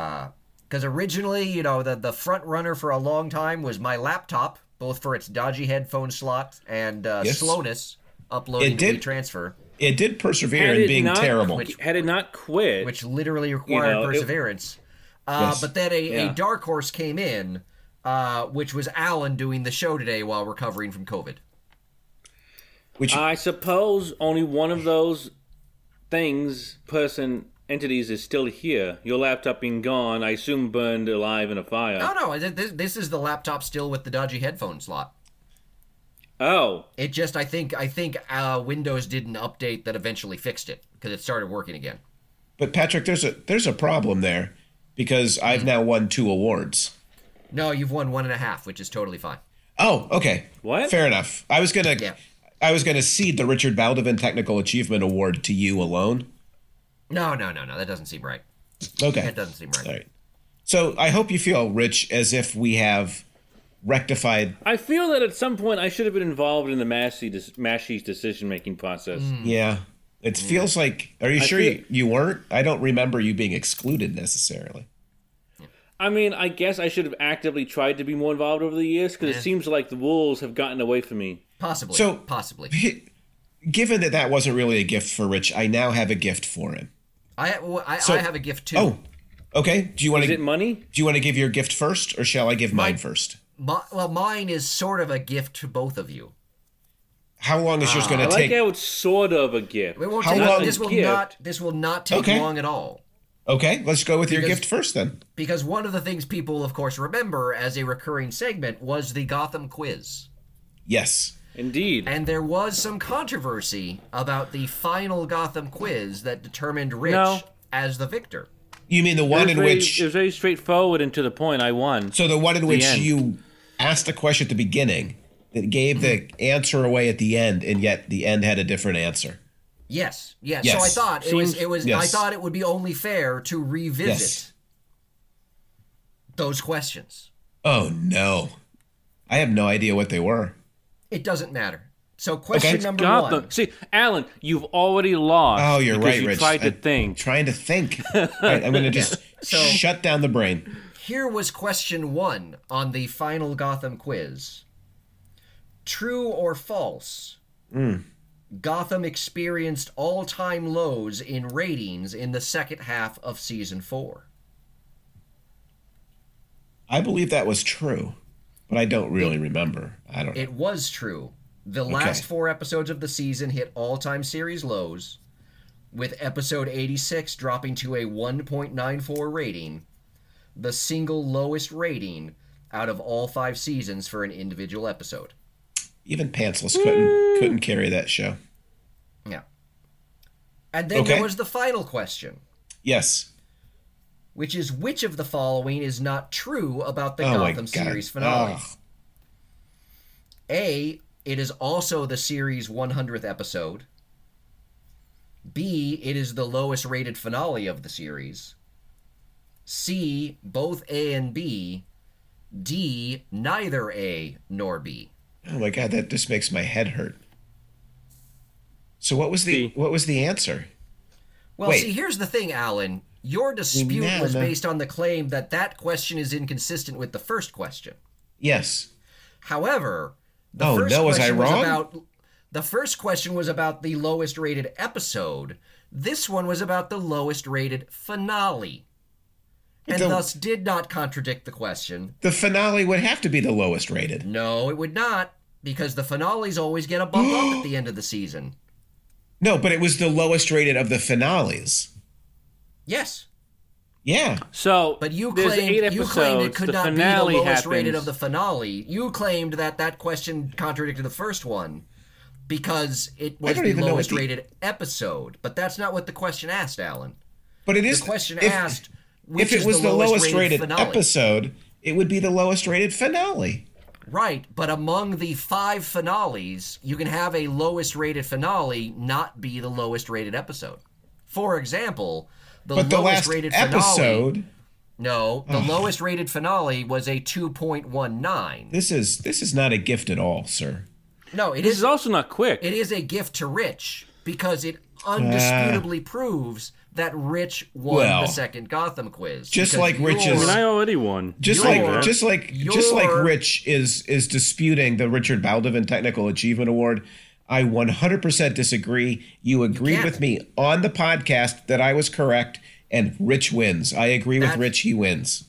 S2: because originally, you know, the the front runner for a long time was my laptop, both for its dodgy headphone slot and uh,
S1: Yes.
S2: slowness uploading
S1: It
S2: to
S1: did.
S2: transfer,
S1: It did persevere
S3: Had
S1: in
S3: it
S1: being
S3: not-
S1: terrible.
S2: Which-
S3: Had it not quit,
S2: which literally required
S3: know, it-
S2: perseverance. Uh,
S1: Yes.
S2: But then a,
S3: Yeah.
S2: a dark horse came in, uh, which was Alan doing the show today while recovering from COVID.
S1: Which
S3: I suppose only one of those things, person, entities is still here. Your laptop being gone, I assume burned alive in a
S2: No,
S3: fire.
S2: no, th- this, this is the laptop still with the dodgy headphone slot.
S3: Oh,
S2: It just, I think, I think uh, Windows did an update that eventually fixed it because it started working again.
S1: but Patrick, there's a there's a problem there because I've now won two awards.
S2: No, you've won one and a half, which is totally fine.
S1: Oh, okay.
S3: What?
S1: Fair enough. I was gonna
S2: Yeah.
S1: I was gonna cede the Richard Baldwin Technical Achievement Award to you alone.
S2: No, no, no, no, that doesn't seem right.
S1: Okay.
S2: That doesn't seem right.
S1: All right. So I hope you feel, Rich, as if we have rectified.
S3: I feel that at some point I should have been involved in the Massey de- Massey's decision making process.
S1: Yeah. It feels like. Are you sure
S3: Mm. feel-
S1: you, you weren't? I don't remember you being excluded necessarily.
S3: I mean, I guess I should have actively tried to be more involved over the years because it seems like the rules have gotten away from me.
S2: Possibly.
S1: So-
S2: possibly.
S1: Given that that wasn't really a gift for Rich, I now have a gift for him.
S2: I, well, I, I have a gift too.
S1: Oh, okay. Do you want
S3: Is
S1: to
S3: it money?
S1: Do you want to give your gift first, or shall I give mine first?
S2: My, well, mine is sort of a gift to both of you.
S1: How long is yours
S3: Ah, I
S1: going to
S3: like
S1: take?
S3: how it's sort of a gift.
S2: It won't
S1: How
S2: take,
S1: long-
S2: This will
S3: Gift.
S2: not. This will not take
S1: Okay.
S2: long at all.
S1: Okay, let's go with your
S2: Because-
S1: gift first then.
S2: Because one of the things people, of course, remember as a recurring segment was the Gotham quiz.
S1: Yes.
S3: Indeed.
S2: And there was some controversy about the final Gotham quiz that determined Rich
S3: No.
S2: as the victor.
S1: You mean the one
S3: it was
S1: in
S3: very,
S1: which?
S3: it was very straightforward and to the point. I won.
S1: So the one in which
S3: end.
S1: you asked a question at the beginning that gave
S3: Mm.
S1: the answer away at the end, and yet the end had a different answer.
S2: Yes, yes. So I
S1: Yes.
S2: thought it was. It was. I
S1: Yes.
S2: thought it would be only fair to revisit
S1: Yes.
S2: those questions.
S1: Oh no, I have no idea what they were.
S2: It doesn't matter. So question
S1: It's
S2: number
S3: Got
S2: one.
S3: them. See, Alan, you've already lost.
S1: Oh, you're
S3: because
S1: right,
S3: you
S1: Rich.
S3: Tried to
S1: I'm
S3: think.
S1: Trying to think. All right, I'm going to just
S2: So-
S1: shut down the brain.
S2: Here was question one on the final Gotham quiz. True or false? Gotham experienced all time lows in ratings in the second half of season four.
S1: I believe that was true. but I don't really remember. I don't.
S2: It was true. The last four episodes of the season hit all time series lows, with episode 86 dropping to a 1.94 rating, the single lowest rating out of all five seasons for an individual episode.
S1: Even Pantsless
S2: Mm.
S1: couldn't couldn't carry that show.
S2: Yeah. And then
S1: Okay.
S2: there was the final question,
S1: Yes.
S2: which is which of the following is not true about the
S1: Oh my
S2: Gotham
S1: god.
S2: series finale?
S1: Ugh.
S2: A, it is also the series 100th episode. B, it is the lowest rated finale of the series. C, both A and B. D, neither A nor B.
S1: Oh my god, that just makes my head hurt. So what was the
S3: See.
S1: what was the answer?
S2: Well,
S1: Wait.
S2: see, here's the thing, Alan. Your dispute
S1: now
S2: was
S1: know-
S2: based on the claim that that question is inconsistent with the first question.
S1: Yes.
S2: However, the
S1: Oh,
S2: first
S1: no, was I
S2: question
S1: wrong?
S2: was about the first question was about the lowest rated episode. This one was about the lowest rated finale. And
S1: The-
S2: thus did not contradict the question.
S1: The finale would have to be the lowest rated.
S2: No, it would not, because the finales always get a bump up at the end of the season.
S1: No, but it was the lowest rated of the finales.
S2: Yes.
S1: Yeah.
S3: So,
S2: But you
S3: there's
S2: claimed,
S3: eight
S2: you
S3: episodes.
S2: claimed it could
S3: the
S2: not be the
S3: finale
S2: lowest
S3: happens.
S2: rated of the finale. You claimed that that question contradicted the first one because it was
S1: don't
S2: the
S1: even know what
S2: lowest
S1: the-
S2: rated episode. But that's not what the question asked, Alan.
S1: But it is
S2: The question
S1: if-
S2: asked which
S1: if it
S2: is
S1: was
S2: the lowest, rated, finale.
S1: episode, it would be the lowest rated finale.
S2: Right, but among the five finales, you can have a lowest rated finale not be the lowest rated episode. For example, the
S1: But the
S2: lowest
S1: last
S2: rated finale.
S1: episode,
S2: No, the lowest rated finale was a 2.19.
S1: this is this is not a gift at all, sir.
S2: No, it
S3: This
S2: is
S3: is also not quick.
S2: it is a gift to Rich because it undisputably proves that Rich won
S1: Ah. Well,
S2: the second Gotham quiz.
S1: just
S2: because
S1: like Rich's-
S3: I
S2: your-
S3: mean, I already won.
S1: Just
S2: Your-
S1: like just like just like
S2: your-
S1: Rich is is disputing the Richard Baldwin Technical Achievement Award. I 100% disagree. You agreed
S2: can't.
S1: with me on the podcast that I was correct and Rich wins. I agree with
S2: That-
S1: Rich, he wins.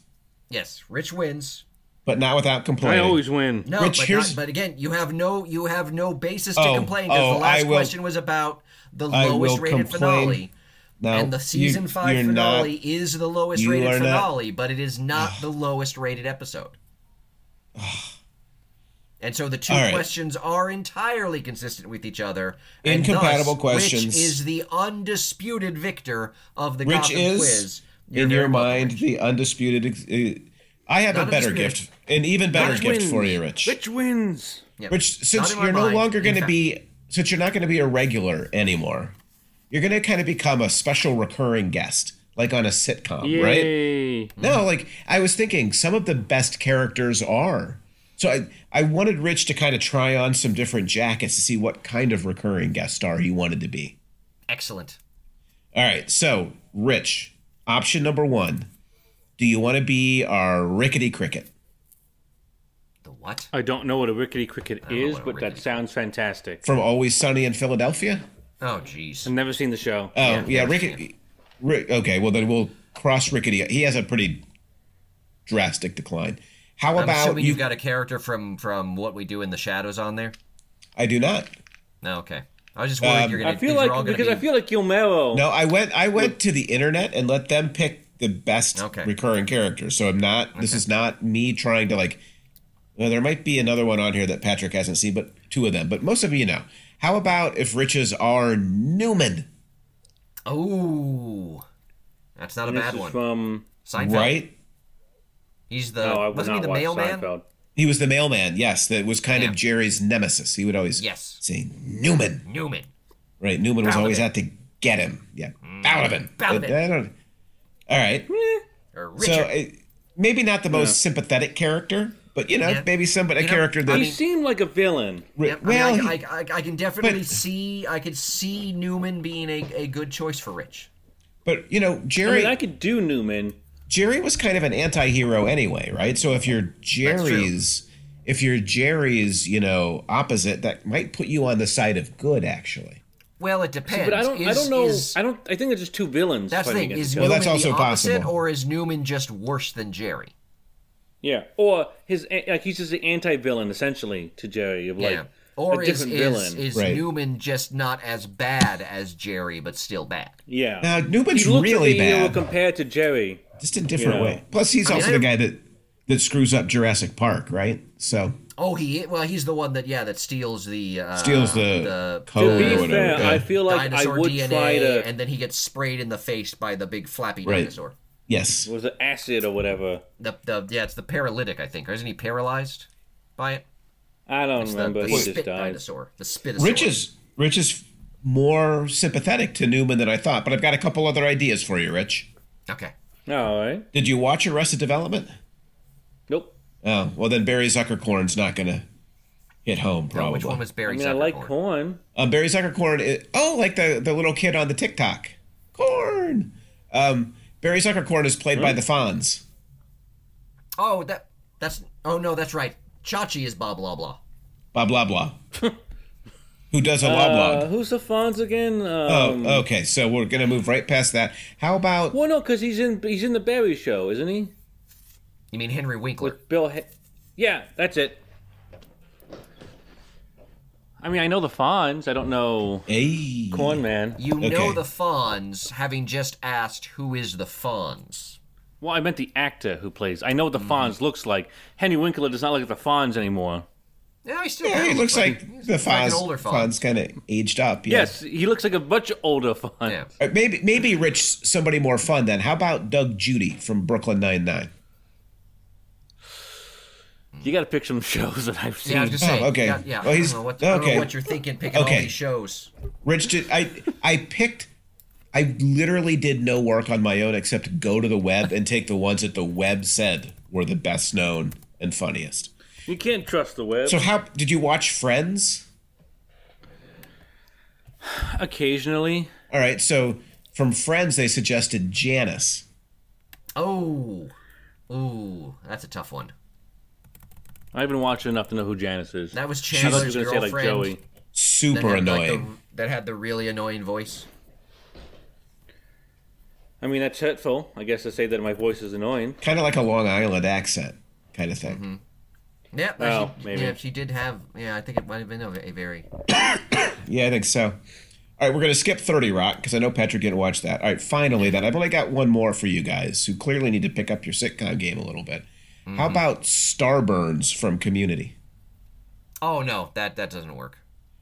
S2: Yes, Rich wins.
S1: But not without
S3: I
S1: complaining.
S3: always win.
S2: No,
S1: Rich,
S2: but,
S1: here's-
S2: not, but again, you have no you have no basis to
S1: Oh,
S2: complain because
S1: oh,
S2: the last
S1: I will-
S2: question was about the
S1: I will
S2: lowest rated
S1: complain.
S2: finale,
S1: No,
S2: and the
S1: you-
S2: season five
S1: you're
S2: finale
S1: not-
S2: is the lowest
S1: you
S2: rated
S1: are not-
S2: finale, but it is not the lowest rated episode. And so the two
S1: All right.
S2: questions are entirely consistent with each other. and
S1: Incompatible
S2: thus, Which
S1: questions.
S2: is the undisputed victor of the
S1: Rich
S2: Gotham
S1: is
S2: quiz?
S1: in
S2: very
S1: your
S2: welcome,
S1: mind
S2: Rich.
S1: the undisputed. Ex- uh, I have
S2: Not
S1: a better
S2: undisputed.
S1: gift, an even better
S3: Rich
S1: gift
S3: wins.
S1: for you, Rich. Rich,
S3: Rich wins.
S2: Yeah. Not
S1: since
S2: in my
S1: you're no
S2: mind.
S1: longer
S2: In
S1: going to
S2: fact-
S1: be, since you're not going to be a regular anymore, you're going to kind of become a special recurring guest, like on a sitcom, right?
S3: Yay.
S1: No, like I was thinking, some of the best characters are. So I, I wanted Rich to kind of try on some different jackets to see what kind of recurring guest star he wanted to be.
S2: excellent.
S1: All right, so Rich, option number one. Do you want to be our rickety cricket?
S2: The what?
S3: I don't know what a rickety cricket
S2: know
S3: is,
S2: what a
S3: but that
S2: rickety
S3: sounds fantastic.
S1: from Always Sunny in Philadelphia?
S2: Oh, jeez.
S3: I've never seen the show.
S1: Oh,
S2: Yeah,
S1: yeah,
S2: yeah,
S1: Rickety. Rick, okay, well then we'll cross Rickety. He has a pretty drastic decline. How
S2: I'm
S1: about
S2: assuming
S1: you?
S2: you've got a character from from what we do in the shadows on there.
S1: I do not.
S2: No, okay. I was just worried
S1: Um,
S2: you're gonna.
S3: I feel
S2: these are all
S3: like
S2: gonna
S3: because
S2: be,
S3: I feel like Gilmero.
S1: No, I went. I went to the internet and let them pick the best
S2: Okay.
S1: recurring characters. So I'm not. This is not me trying to like. Well, there might be another one on here that Patrick hasn't seen, but two of them. But most of you know. How about if riches are Newman?
S2: Oh, that's not a
S3: This
S2: bad
S3: is
S2: one.
S3: From
S2: Seinfeld.
S1: Right.
S2: He's the.
S3: no, I would
S2: wasn't he
S3: not
S2: the
S3: watch
S2: mailman?
S3: Seinfeld.
S1: He was the mailman, yes, that was kind
S2: Yeah.
S1: of Jerry's nemesis. He would always
S2: Yes.
S1: say Newman.
S2: Newman.
S1: Right. Newman was always
S2: Balaban.
S1: out to get him. Yeah.
S2: Mm.
S1: Balaban.
S2: Balaban.
S1: I don't- All right.
S2: Or
S1: So
S2: Richard.
S1: uh, maybe not the most sympathetic character, but you know,
S2: Yeah.
S1: maybe somebody a
S2: You know,
S1: character that
S2: I
S3: He
S2: mean-
S3: seemed like a villain.
S1: Ri-
S2: Yep, I mean,
S1: well,
S2: I,
S1: he-
S2: I, I, I can definitely
S1: but-
S2: see. I could see Newman being a, a good choice for Rich.
S1: but you know,
S3: I
S1: Jerry
S3: mean, I could do Newman.
S1: Jerry was kind of an anti-hero anyway, right? So if you're
S2: true.
S1: Jerry's if you're Jerry's, you know, opposite, that might put you on the side of good actually.
S2: Well, it depends.
S3: But I don't. I
S2: Is-
S3: don't know.
S2: is-
S3: I don't. I think they're just two villains.
S2: that's the
S3: fighting
S2: thing.
S3: against
S2: Is
S3: each
S1: Well,
S2: Newman
S1: that's
S2: the
S1: also
S2: opposite,
S1: possible.
S2: or is Newman just worse than Jerry?
S3: other. Yeah, or his eh, like he's just an anti-villain essentially to Jerry of like
S2: yeah. Or
S3: a
S2: is,
S3: different
S2: is,
S3: villain.
S2: is
S1: Right.
S2: Newman just not as bad as Jerry, but still bad?
S3: yeah,
S1: Now, Newman's
S3: he looks
S1: really
S3: like a hero
S1: bad.
S3: compared to Jerry.
S1: just in a different
S3: Yeah.
S1: way. Plus, he's
S2: mean,
S1: also
S2: I
S1: the
S2: don't-
S1: guy that that screws up Jurassic Park, right? So
S2: Oh, he well, he's the one that yeah that steals the uh,
S1: steals the,
S3: To
S1: code
S3: be
S1: or
S3: fair,
S1: whatever.
S3: I
S1: yeah.
S3: feel like I
S2: dinosaur
S3: would
S2: DNA,
S3: try to
S2: and then he gets sprayed in the face by the big flappy
S1: Right.
S2: dinosaur.
S1: yes,
S3: was it acid or whatever.
S2: The, the yeah, it's the paralytic, I think. Or isn't he paralyzed by it?
S3: I don't
S2: It's the,
S3: remember.
S2: the
S3: he
S2: spit
S3: just died.
S2: dinosaur, the spitosaur.
S1: Rich is Rich is more sympathetic to Newman than I thought. But I've got a couple other ideas for you, Rich.
S2: okay.
S3: All right.
S1: Did you watch Arrested Development?
S3: Nope.
S1: Oh, well then Barry Zuckercorn's not gonna hit home
S2: No,
S1: probably.
S2: Oh, which one was
S3: I
S2: Barry
S3: mean, I like
S2: Zuckercorn?
S3: corn.
S1: Um, Barry Zuckercorn. Is, oh, like the the little kid on the TikTok. Corn. Um, Barry Zuckercorn is played by the Fonz.
S2: Oh, that that's oh no, that's right. Chachi is blah blah blah.
S1: Blah blah blah. Who does a
S3: Uh,
S1: loblog?
S3: who's the Fonz again?
S1: Oh,
S3: Um,
S1: okay. So we're gonna move right past that. How about
S3: Well, no, because he's in he's in the Barry Show, isn't he?
S2: You mean Henry Winkler?
S3: With Bill. H- yeah, that's it. I mean, I know the Fonz. I don't know
S1: a
S3: Corn Man.
S2: You know
S1: Okay.
S2: the Fonz, having just asked who is the Fonz.
S3: Well, I meant the actor who plays. I know what the Fonz looks like. Henry Winkler does not look like the Fonz anymore.
S2: Yeah, he still
S1: Yeah,
S2: kinda
S1: he looks like
S2: he's
S1: the
S2: an
S1: Fonz.
S2: older Fonz.
S1: Fonz kind of aged up. yeah.
S3: Yes, he looks like a much older Fonz.
S2: Yeah.
S1: Uh, Maybe maybe Rich somebody more fun then. How about Doug Judy from Brooklyn Nine Nine?
S3: You got to pick some shows that I've seen.
S2: Yeah, I was gonna say.
S1: Oh, okay.
S2: Yeah, yeah.
S1: Well,
S2: I,
S1: he's-
S2: don't know what, I don't
S1: okay.
S2: know what you're thinking picking all
S1: Okay.
S2: these shows.
S1: Rich, did, I I picked. I literally did no work on my own except go to the web and take the ones that the web said were the best known and funniest.
S3: You can't trust the web.
S1: So how did you watch Friends?
S3: Occasionally,
S1: All right, so from Friends they suggested Janice.
S2: Oh, ooh, that's a tough one.
S3: I haven't watched enough to know who Janice is.
S2: That was
S3: I thought you were
S2: Chandler's
S3: going to say
S2: girlfriend.
S3: like Joey.
S2: that
S1: Super
S2: had, like, the-
S1: annoying.
S2: that had the really annoying voice.
S3: I mean, that's hurtful. I guess to say that my voice is annoying.
S1: kind of like a Long Island accent kind of thing.
S2: Yeah,
S3: Oh,
S2: she,
S3: maybe.
S2: yeah, she did have. Yeah, I think it might have been a, a very.
S1: Yeah, I think so. All right, we're going to skip 30 Rock because I know Patrick didn't watch that. All right, finally, then. I've only got one more for you guys who clearly need to pick up your sitcom game a little bit. How about Starburns from Community?
S2: Oh no, that that doesn't work.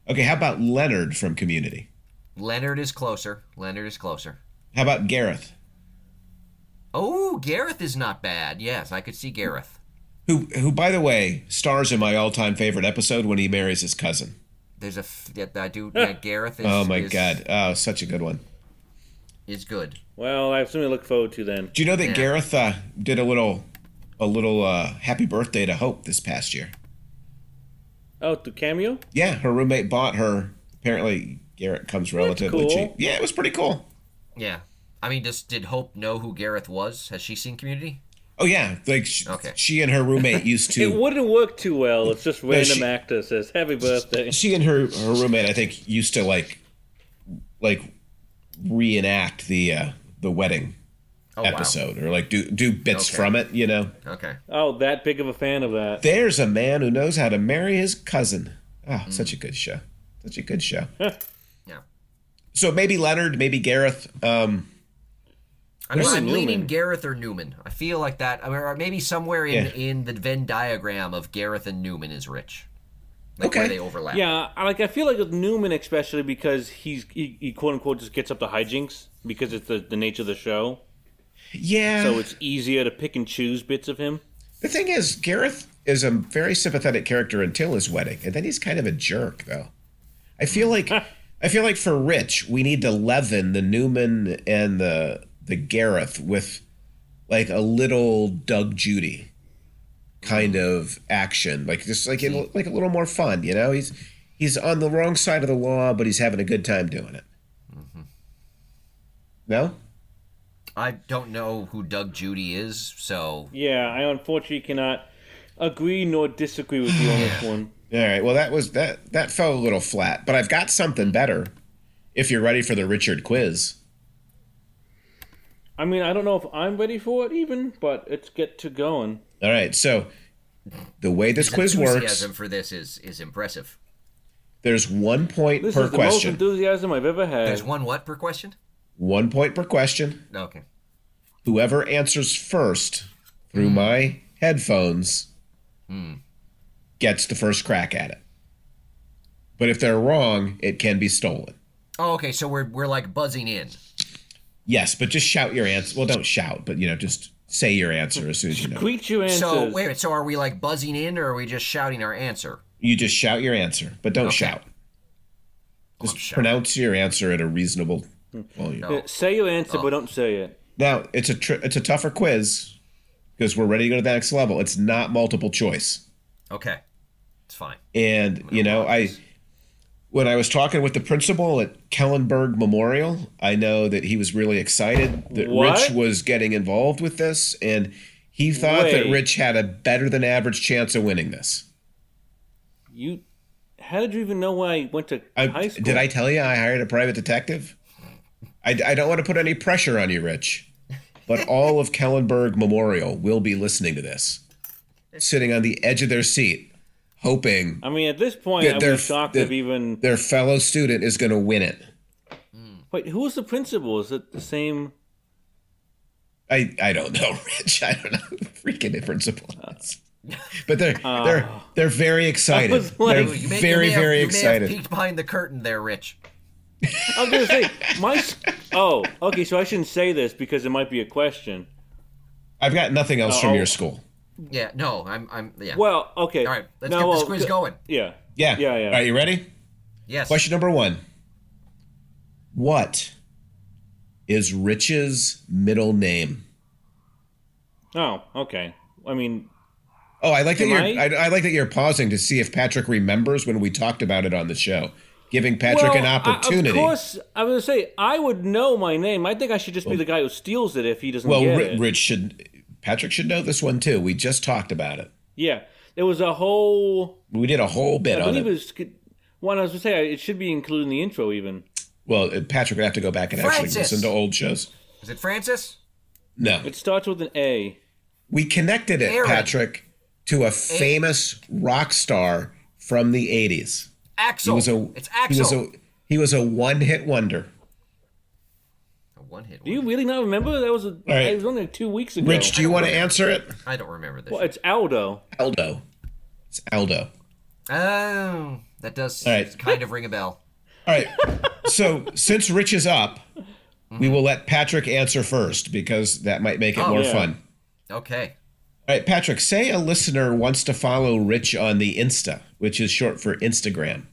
S1: Okay, how about Leonard from Community?
S2: Leonard is closer. Leonard is closer.
S1: How about Gareth,
S2: Oh, Gareth is not bad. Yes, I could see Gareth.
S1: who, who by the way, stars in my all time favorite episode when he marries his cousin?
S2: There's a f- that I do. Yeah, Gareth is.
S1: Oh, my
S2: is-
S1: God. Oh, such a good one.
S2: is good.
S3: Well, I have something to look forward to then.
S1: Do you know that Gareth uh, did a little, a little uh, happy birthday to Hope this past year?
S3: Oh, the cameo.
S1: Yeah, her roommate bought her. Apparently, Garrett comes relatively
S3: cool.
S1: cheap. Yeah, it was pretty cool.
S2: Yeah, I mean, just did Hope know who Gareth was? Has she seen Community?
S1: Oh yeah, like she,
S2: Okay.
S1: she and her roommate used
S3: It
S1: to.
S3: wouldn't work too well. It's just random
S1: she-
S3: actor says happy birthday.
S1: she and her her roommate, I think, used to like, like, reenact the uh, the wedding
S2: Oh
S1: episode or like do do bits
S2: Okay.
S1: from it. You know,
S2: wow. Okay.
S3: Oh, that big of a fan of that.
S1: there's a man who knows how to marry his cousin. Oh,
S2: Mm.
S1: such a good show. Such a good show.
S2: Yeah.
S1: so maybe Leonard, maybe Gareth. Um,
S2: I mean,
S3: Where's
S2: I'm
S3: Newman?
S2: leaning Gareth or Newman. I feel like that, I mean, or maybe somewhere in,
S1: Yeah.
S2: in the Venn diagram of Gareth and Newman is Rich. Like where
S1: Okay.
S2: they overlap.
S3: Yeah, I like I feel like with Newman especially because he's he, he quote unquote just gets up to hijinks because it's the, the nature of the show.
S1: yeah.
S3: So it's easier to pick and choose bits of him.
S1: The thing is, Gareth is a very sympathetic character until his wedding, and then he's kind of a jerk, though. I feel like I feel like for Rich, we need to leaven the Newman and the the Gareth with like a little Doug Judy kind of action, like just like in, like a little more fun. You know, he's he's on the wrong side of the law, but he's having a good time doing it. No,
S2: I don't know who Doug Judy is, so
S3: Yeah, I unfortunately cannot agree nor disagree with you on this one.
S1: All right. Well, that was that that fell a little flat, but I've got something better. If you're ready for the Richard quiz,
S3: I mean, I don't know if I'm ready for it even, but let's get to going.
S1: All right. So the way this quiz works,
S2: Enthusiasm for this is is impressive.
S1: there's one point
S3: This
S1: per
S3: is the
S1: question.
S3: most enthusiasm I've ever had.
S2: There's one what per question?
S1: one point per question.
S2: Okay.
S1: Whoever answers first through
S3: Hmm.
S1: my headphones gets the first crack at it. But if they're wrong, it can be stolen.
S2: Oh, okay. So we're we're like buzzing in.
S1: Yes, but just shout your answer. Well, don't shout, but you know, just say your answer as soon as you know.
S3: Tweet your answers.
S2: So wait a minute. So are we like buzzing in, or are we just shouting our answer?
S1: You just shout your answer, but don't shout. Just
S2: shout.
S1: pronounce your answer at a reasonable volume.
S3: Yeah, Say your answer, but don't say it.
S1: Now it's a tr- it's a tougher quiz because we're ready to go to the next level. It's not multiple choice,
S2: Okay, it's fine.
S1: and you know I when I was talking with the principal at Kellenberg Memorial, I know that he was really excited that
S3: What?
S1: Rich was getting involved with this, and he thought that
S3: Wait.
S1: Rich had a better than average chance of winning this.
S3: You. How did you even know where I went to
S1: I,
S3: high school?
S1: did I tell you I hired a private detective? I, I don't want to put any pressure on you, Rich, but all of Kellenberg Memorial will be listening to this, sitting on the edge of their seat, hoping
S3: I mean, at this point,
S1: Yeah,
S3: I
S1: they're-
S3: was shocked
S1: they're-
S3: of even.
S1: their fellow student is going to win it.
S3: Wait, who was the principal? Is it the same?
S1: I, I don't know, Rich. I don't know. Freaking principal. is. But they're they're they're very
S3: I
S1: excited.
S3: was like-
S1: They're
S2: You may- you
S1: very
S2: may have-
S1: very
S2: you May have
S1: excited.
S2: peeked behind the curtain there, Rich.
S3: I was gonna say my. s- Oh, okay. So I shouldn't say this because it might be a question.
S1: I've got nothing else from
S3: Oh.
S1: your school.
S2: Yeah. No, I'm. I'm. Yeah.
S3: Well, okay.
S2: All right. Let's
S3: now,
S2: get
S3: well,
S2: this quiz
S3: go-
S2: going.
S3: Yeah.
S1: Yeah.
S3: Yeah, yeah.
S1: All right, you ready?
S2: Yes.
S1: Question number one What is Rich's middle name?
S3: Oh, okay. I mean,
S1: Oh, I like that
S3: Am
S1: you're.
S3: I-
S1: I, I like that you're pausing to see if Patrick remembers when we talked about it on the show, giving Patrick an
S3: well, I-
S1: opportunity.
S3: of course, I was gonna say I would know my name. I think I should just be the guy who steals it if he doesn't
S1: well,
S3: get
S1: Ri-
S3: it.
S1: Rich should. Patrick should know this one too. We just talked about it.
S3: yeah, there was a whole.
S1: We did a whole bit
S3: I
S1: on it.
S3: believe it was one. I was gonna say it should be included in the intro even.
S1: well, uh, Patrick would have to go back and
S2: Francis!
S1: actually listen to old shows.
S2: Is it Francis?
S1: No,
S3: It starts with an A.
S1: we connected it,
S2: Aaron.
S1: Patrick, to a famous rock star from the '80s.
S2: Axel.
S1: He was a
S2: it's
S1: He was
S2: Axel.
S1: a he was a one hit wonder.
S2: one hit.
S3: Do you really not remember? That was a,
S1: right.
S3: it was only two weeks ago.
S1: Rich, do you want to answer it?
S2: I don't remember this.
S3: Well, it's Aldo.
S1: Aldo. It's Aldo.
S2: Oh, that does
S1: All right.
S2: kind of ring a bell.
S1: All right. So since Rich is up, we will let Patrick answer first because that might make it more
S3: yeah.
S1: fun.
S2: Okay.
S1: All right, Patrick, say a listener wants to follow Rich on the Insta, which is short for Instagram.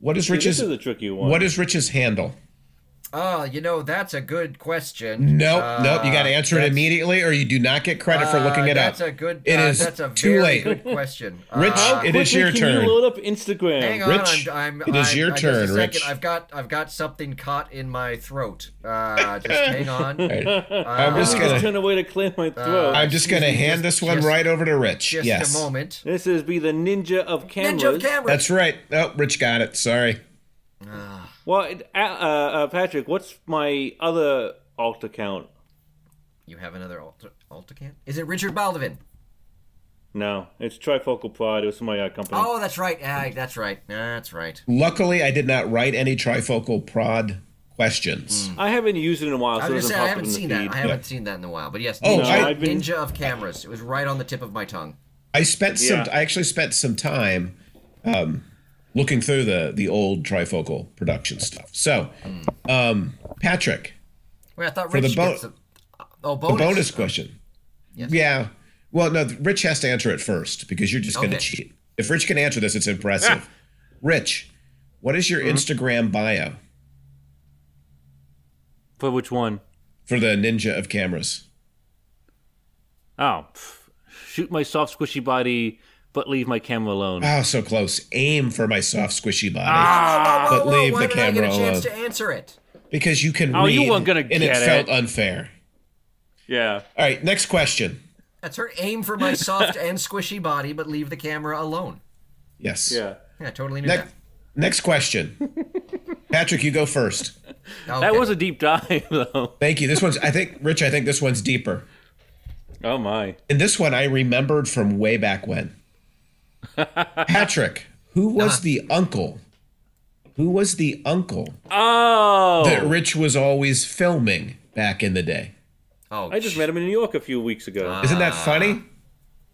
S1: What is
S3: This
S1: Rich's
S3: is a tricky one.
S1: what is Rich's handle?
S2: Oh, you know that's a good question.
S1: Nope, nope. You got to answer it immediately, or you do not get credit for looking it
S2: Uh, that's
S1: up.
S2: a good.
S1: It
S2: uh,
S1: is
S2: that's a
S1: too
S2: very
S1: late.
S2: good question.
S1: Rich,
S2: Uh,
S1: it is
S3: Quickly,
S1: your
S3: can
S1: turn.
S3: You load up Instagram.
S2: Hang on,
S1: Rich,
S2: I'm, I'm,
S1: it is
S2: I'm-
S1: your
S2: I- just a
S1: turn,
S2: second,
S1: Rich.
S2: I've got I've got something caught in my throat. Uh, just hang on.
S1: All right. I'm just
S3: Just
S1: gonna
S3: turn away to clear
S2: Uh,
S3: my throat.
S1: I'm just gonna hand this one
S2: just-
S1: right over to Rich.
S2: Just
S1: yes.
S2: a moment.
S3: this is be the ninja of cameras.
S2: Ninja camera.
S1: That's right. Oh, Rich got it. Sorry.
S3: Well, it- uh, uh, Patrick, what's my other alt account?
S2: you have another alter, can? Is it Richard Baldwin?
S3: No, it's Trifocal Pride. It was my uh, company.
S2: Oh, that's right. Ah, that's right. That's right.
S1: Luckily, I did not write any trifocal prod questions.
S2: Hmm.
S3: I haven't used it in a while,
S2: I
S3: so
S2: was
S3: it
S2: gonna say
S3: doesn't pop
S2: I
S3: up
S2: haven't
S3: in the
S2: seen
S3: feed.
S2: that. I haven't seen that in a while. But yes,
S1: Oh,
S2: Ninja,
S1: I-
S3: I've been-
S2: Ninja of cameras. It was right on the tip of my tongue.
S1: I spent some.
S3: Yeah.
S1: I actually spent some time um, looking through the the old trifocal production stuff. So, um,
S2: Hmm.
S1: Patrick,
S2: Wait, I thought
S1: For the
S2: Rich
S1: bo-
S2: gets the oh
S1: the
S2: bonus.
S1: bonus question. Yeah. Well, no, Rich has to answer it first because you're just going to
S2: Okay.
S1: cheat. If Rich can answer this, it's impressive. Rich, what is your
S2: Mm-hmm.
S1: Instagram bio
S3: For which one?
S1: for the Ninja of Cameras?
S3: Oh, pff. shoot my soft, squishy body, but leave my camera alone.
S1: Oh, so close. Aim for my soft, squishy body.
S3: Ah.
S2: Oh,
S1: But
S2: whoa,
S1: leave
S2: why
S1: the
S2: did I get a
S1: camera
S2: chance
S1: alone.
S2: to answer it?
S1: Because you can
S3: Oh,
S1: read.
S3: you weren't gonna
S1: and it
S3: get
S1: felt
S3: it.
S1: unfair.
S3: Yeah.
S1: All right, next question.
S2: That's her aim for my soft and squishy body, but leave the camera alone.
S1: Yes.
S3: Yeah.
S2: Yeah, I totally knew
S1: Next, next question. Patrick, you go first.
S2: that. Oh, Okay.
S3: That was a deep dive, though.
S1: Thank you. This one's. I think Rich. I think this one's deeper.
S3: Oh my.
S1: And this one I remembered from way back when. Patrick, who was the uncle? Who was the uncle
S3: Oh.
S1: that Rich was always filming back in the day?
S2: Oh,
S3: I just
S2: sh-
S3: met him in New York a few weeks ago.
S1: Isn't that
S3: Ah.
S1: funny?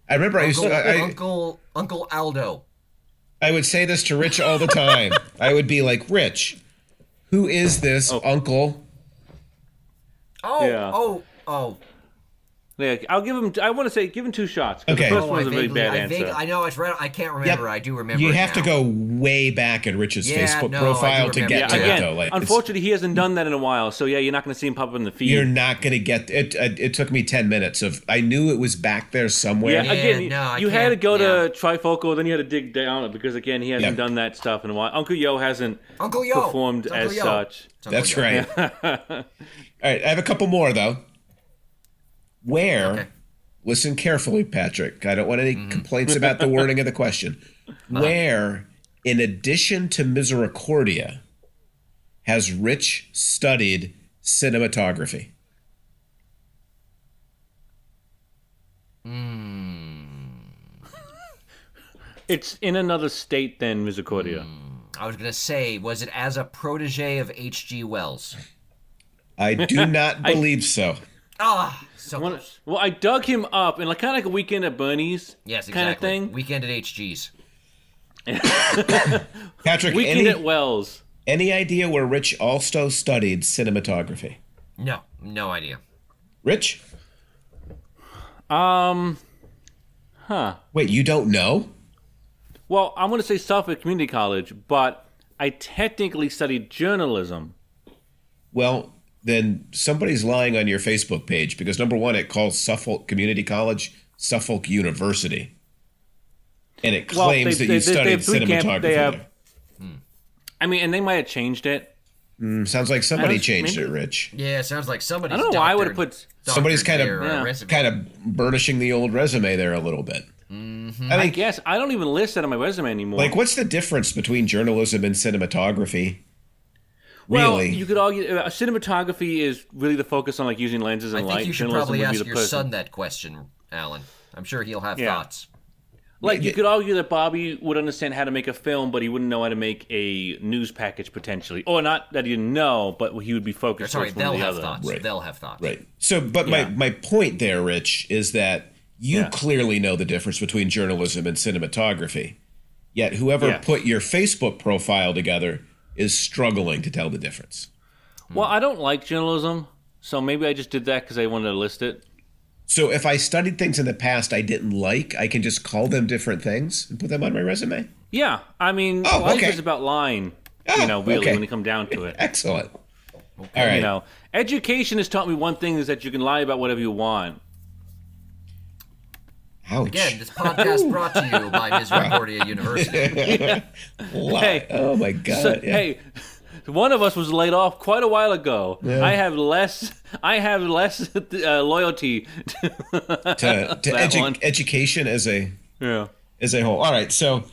S1: I remember I used
S2: Uncle,
S1: to, I,
S2: Uncle Uncle Aldo.
S1: I would say this to Rich all the time. I would be like, Rich, who is this uncle?
S2: Oh,
S3: Yeah.
S2: oh, oh.
S3: yeah, I'll give him. I want to say give him two shots. 'cause
S1: Okay.
S3: The first
S2: Oh,
S3: one
S2: I
S3: was a really
S2: vaguely,
S3: bad
S2: I,
S3: answer.
S2: vaguely, I know it's right. I can't remember. I do remember.
S1: You
S2: it
S1: have to
S2: now.
S1: go way back in Rich's
S2: Yeah,
S1: Facebook
S2: no, I do
S1: profile to
S2: remember
S1: get
S3: yeah,
S1: to
S2: that.
S1: it,
S3: again,
S1: though. Like, it's-
S3: unfortunately, he hasn't done that in a while. So yeah, you're not going to see him pop up in the feed.
S1: you're not going to get it, it. It took me 10 minutes of, I knew it was back there somewhere.
S3: yeah,
S2: Yeah,
S3: again, you-
S2: no, I
S3: you had to
S2: can't-
S3: go to trifocal, then you had to dig down because again, he hasn't
S1: Yeah.
S3: done that stuff in a while. Uncle Yo hasn't
S2: Uncle Yo
S3: performed
S2: It's Uncle
S3: as
S2: Yo.
S3: such.
S2: It's Uncle
S1: That's
S2: Yo.
S1: right. All right, I have a couple more though. Where?
S2: Okay.
S1: Listen carefully, Patrick. I don't want any complaints about the wording of the question. Where, in addition to Misericordia, has Rich studied cinematography?
S3: It's in another state than Misericordia.
S2: I was gonna say, was it as a protege of H.G. Wells?
S1: I do not believe so.
S2: Ah, so
S3: One-
S2: close.
S3: Well, I dug him up and like kind of like a weekend at Bernie's
S2: yes, exactly.
S3: kind of thing.
S2: Weekend at H.G.'s.
S1: Patrick,
S3: Weekend
S1: any,
S3: at Wells.
S1: any idea where Rich also studied cinematography?
S2: No, no idea.
S1: Rich?
S3: Um, huh.
S1: Wait, you don't know?
S3: Well, I'm going to say Suffolk Community College, but I technically studied journalism.
S1: Well, then somebody's lying on your Facebook page because number one, it calls Suffolk Community College Suffolk University, and it
S3: Well,
S1: claims
S3: they-
S1: that you
S3: they- they- they
S1: studied
S3: have three camp-
S1: cinematography.
S3: they have-
S1: there.
S3: I mean, and they might have changed it.
S1: Hmm. Sounds like somebody
S3: don't-
S1: changed
S3: maybe-
S1: it, Rich.
S2: Yeah, sounds like somebody.
S3: I don't know why I would have put.
S1: Somebody's kind of-
S3: Yeah.
S1: Kind of burnishing the old resume there a little bit. I
S3: I
S1: think,
S3: guess I don't even list that on my resume anymore.
S1: like, what's the difference between journalism and cinematography?
S3: well,
S1: Really?
S3: you could argue uh, cinematography is really the focus on like using lenses
S2: I
S3: and
S2: think
S3: light.
S2: you should
S3: journalism
S2: probably
S3: would be
S2: ask
S3: the
S2: your
S3: person.
S2: son that question, Alan. I'm sure he'll have
S3: Yeah.
S2: thoughts.
S3: Like you could argue that Bobby would understand how to make a film, but he wouldn't know how to make a news package potentially, or not that he didn't know, but he would be focused
S2: Sorry,
S3: towards one
S2: they'll
S3: or the
S2: have
S3: other.
S2: thoughts.
S1: Right.
S2: They'll have thoughts.
S1: Right. So, but
S3: Yeah.
S1: my, my point there, Rich, is that you
S3: Yeah.
S1: clearly know the difference between journalism and cinematography. Yet, whoever
S3: Yeah.
S1: put your Facebook profile together is struggling to tell the difference.
S2: Hmm.
S3: Well, I don't like journalism, so maybe I just did that because I wanted to list it.
S1: So, if I studied things in the past I didn't like, I can just call them different things and put them on my resume.
S3: Yeah, I mean,
S1: Oh,
S3: life
S1: okay.
S3: is about lying.
S1: Ah,
S3: you know, really,
S1: okay.
S3: when you come down to it.
S1: Excellent. All right.
S3: You know, education has taught me one thing is that you can lie about whatever you want.
S1: Ouch.
S2: Again, this podcast brought to you by Misericordia University.
S1: Wow.
S3: Hey.
S1: oh my God.
S3: So,
S1: yeah.
S3: Hey, one of us was laid off quite a while ago. I have less. I have less uh, loyalty.
S1: to to
S3: that
S1: edu-
S3: one.
S1: education as a
S3: yeah.
S1: as a whole. All right. So,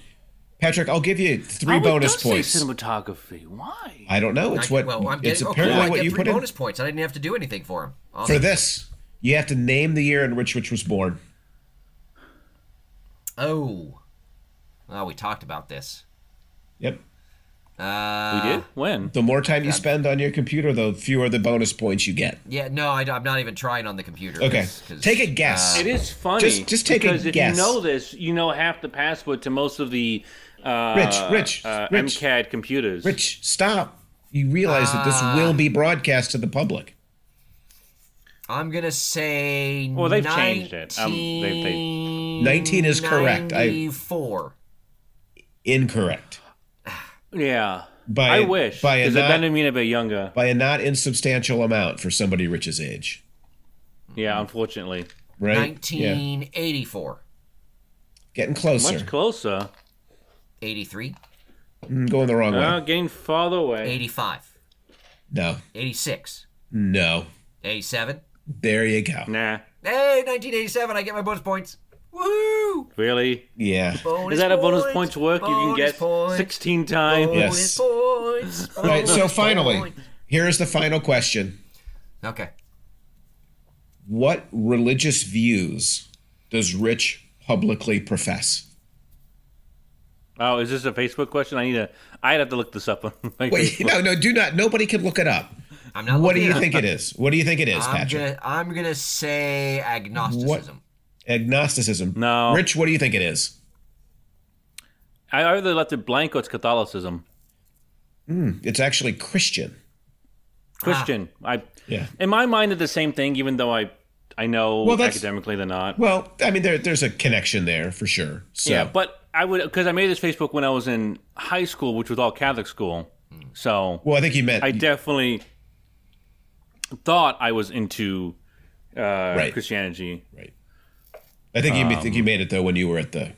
S1: Patrick, I'll give you three
S3: I would
S1: bonus
S3: not say
S1: points.
S3: cinematography. Why?
S1: I don't know. It's
S2: I-
S1: what
S2: well, I'm
S1: it's
S2: getting, oh, cool,
S1: apparently
S2: I
S1: what
S2: get
S1: you
S2: three
S1: put in
S2: bonus points. I didn't have to do anything for him.
S1: for this. You have to name the year in which Rich was born.
S2: Oh, oh, we talked about this.
S1: Yep.
S2: Uh,
S3: we did. When?
S1: The more time you spend on your computer, the fewer the bonus points you get.
S2: Yeah, no, I, am not even trying on the computer.
S1: Okay.
S2: 'cause- 'cause,
S1: Take a
S2: uh,
S1: guess.
S3: It is funny.
S1: Just- just take a
S3: because
S1: guess.
S3: if you know this, you know half the password to most of the uh,
S1: Rich, Rich,
S3: uh,
S1: Rich.
S3: MCAD computers.
S1: Rich, stop. You realize that this will
S2: Um,
S1: be broadcast to the public.
S2: I'm gonna say.
S3: Well, they've changed it. Um, they- they-
S1: 19 is correct. I-
S2: four.
S1: Incorrect.
S3: Yeah.
S1: By-
S3: I wish
S1: by a
S3: because that
S1: not-
S3: didn't mean a bit younger.
S1: By a not insubstantial amount for somebody Rich's age.
S3: Yeah, unfortunately,
S1: Right? Yeah.
S2: 1984.
S1: Getting closer.
S3: much closer.
S2: 83.
S1: I'm Mm, going the wrong
S3: Uh,
S1: way.
S3: getting farther away.
S2: 85.
S1: No.
S2: 86.
S1: No.
S2: 87.
S1: There you go.
S3: Nah,
S2: Hey, 1987. I get my bonus points. Woohoo!
S3: really.
S1: Yeah.
S2: Bonus
S3: Is that a bonus
S2: points,
S3: points work? you can
S2: bonus
S3: get
S2: points,
S3: 16 times.
S1: Yeah.
S2: Bonus
S1: Yes.
S2: points.
S1: All right, so
S2: bonus
S1: finally,
S2: points.
S1: here is the final question.
S2: Okay.
S1: What religious views does Rich publicly profess?
S3: Oh, is this a Facebook question? I need to. I'd have to look this up on my
S1: Wait,
S3: Facebook.
S1: no, no, do not. Nobody can look it up.
S2: I'm not.
S1: What do
S2: looking
S1: you
S2: it up.
S1: think it is? What do you think it is,
S2: I'm
S1: Patrick?
S2: gonna I'm gonna say agnosticism.
S1: Agnosticism.
S3: No.
S1: Rich, what do you think it is?
S3: I either left it blank or it's Catholicism.
S1: It's actually Christian.
S3: Christian. I
S1: Yeah.
S3: in my mind they're the same thing, even though I I know
S1: Well, that's-
S3: academically they're not.
S1: Well, I mean, there, there's a connection there for sure. So,
S3: Yeah, but I would because I made this Facebook when I was in high school, which was all Catholic school.
S1: Hmm.
S3: So
S1: well, I think you meant
S3: I definitely thought I was into uh,
S1: Right.
S3: Christianity.
S1: right. I think you I think you
S3: Um,
S1: made it though when you were at the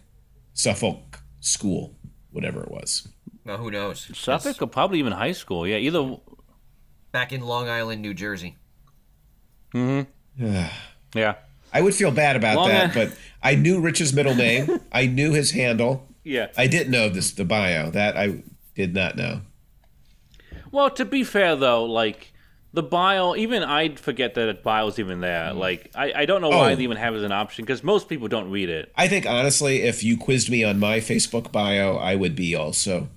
S1: Suffolk school, whatever it was.
S2: Well, who knows?
S3: Suffolk or probably even high school. Yeah, either.
S2: Back in Long Island, New Jersey.
S3: Yeah,
S1: I would feel bad about
S3: Long
S1: that,
S3: Island-
S1: but I knew Rich's middle name. I knew his handle.
S3: yeah.
S1: I didn't know this the bio that I did not know.
S3: Well, to be fair though, like the bile, even I'd forget that a bile's even there. Like I, I don't know why
S1: Mm-hmm. Oh.
S3: they even have it as an option because most people don't read it.
S1: I think honestly, if you quizzed me on my Facebook bio, I would be also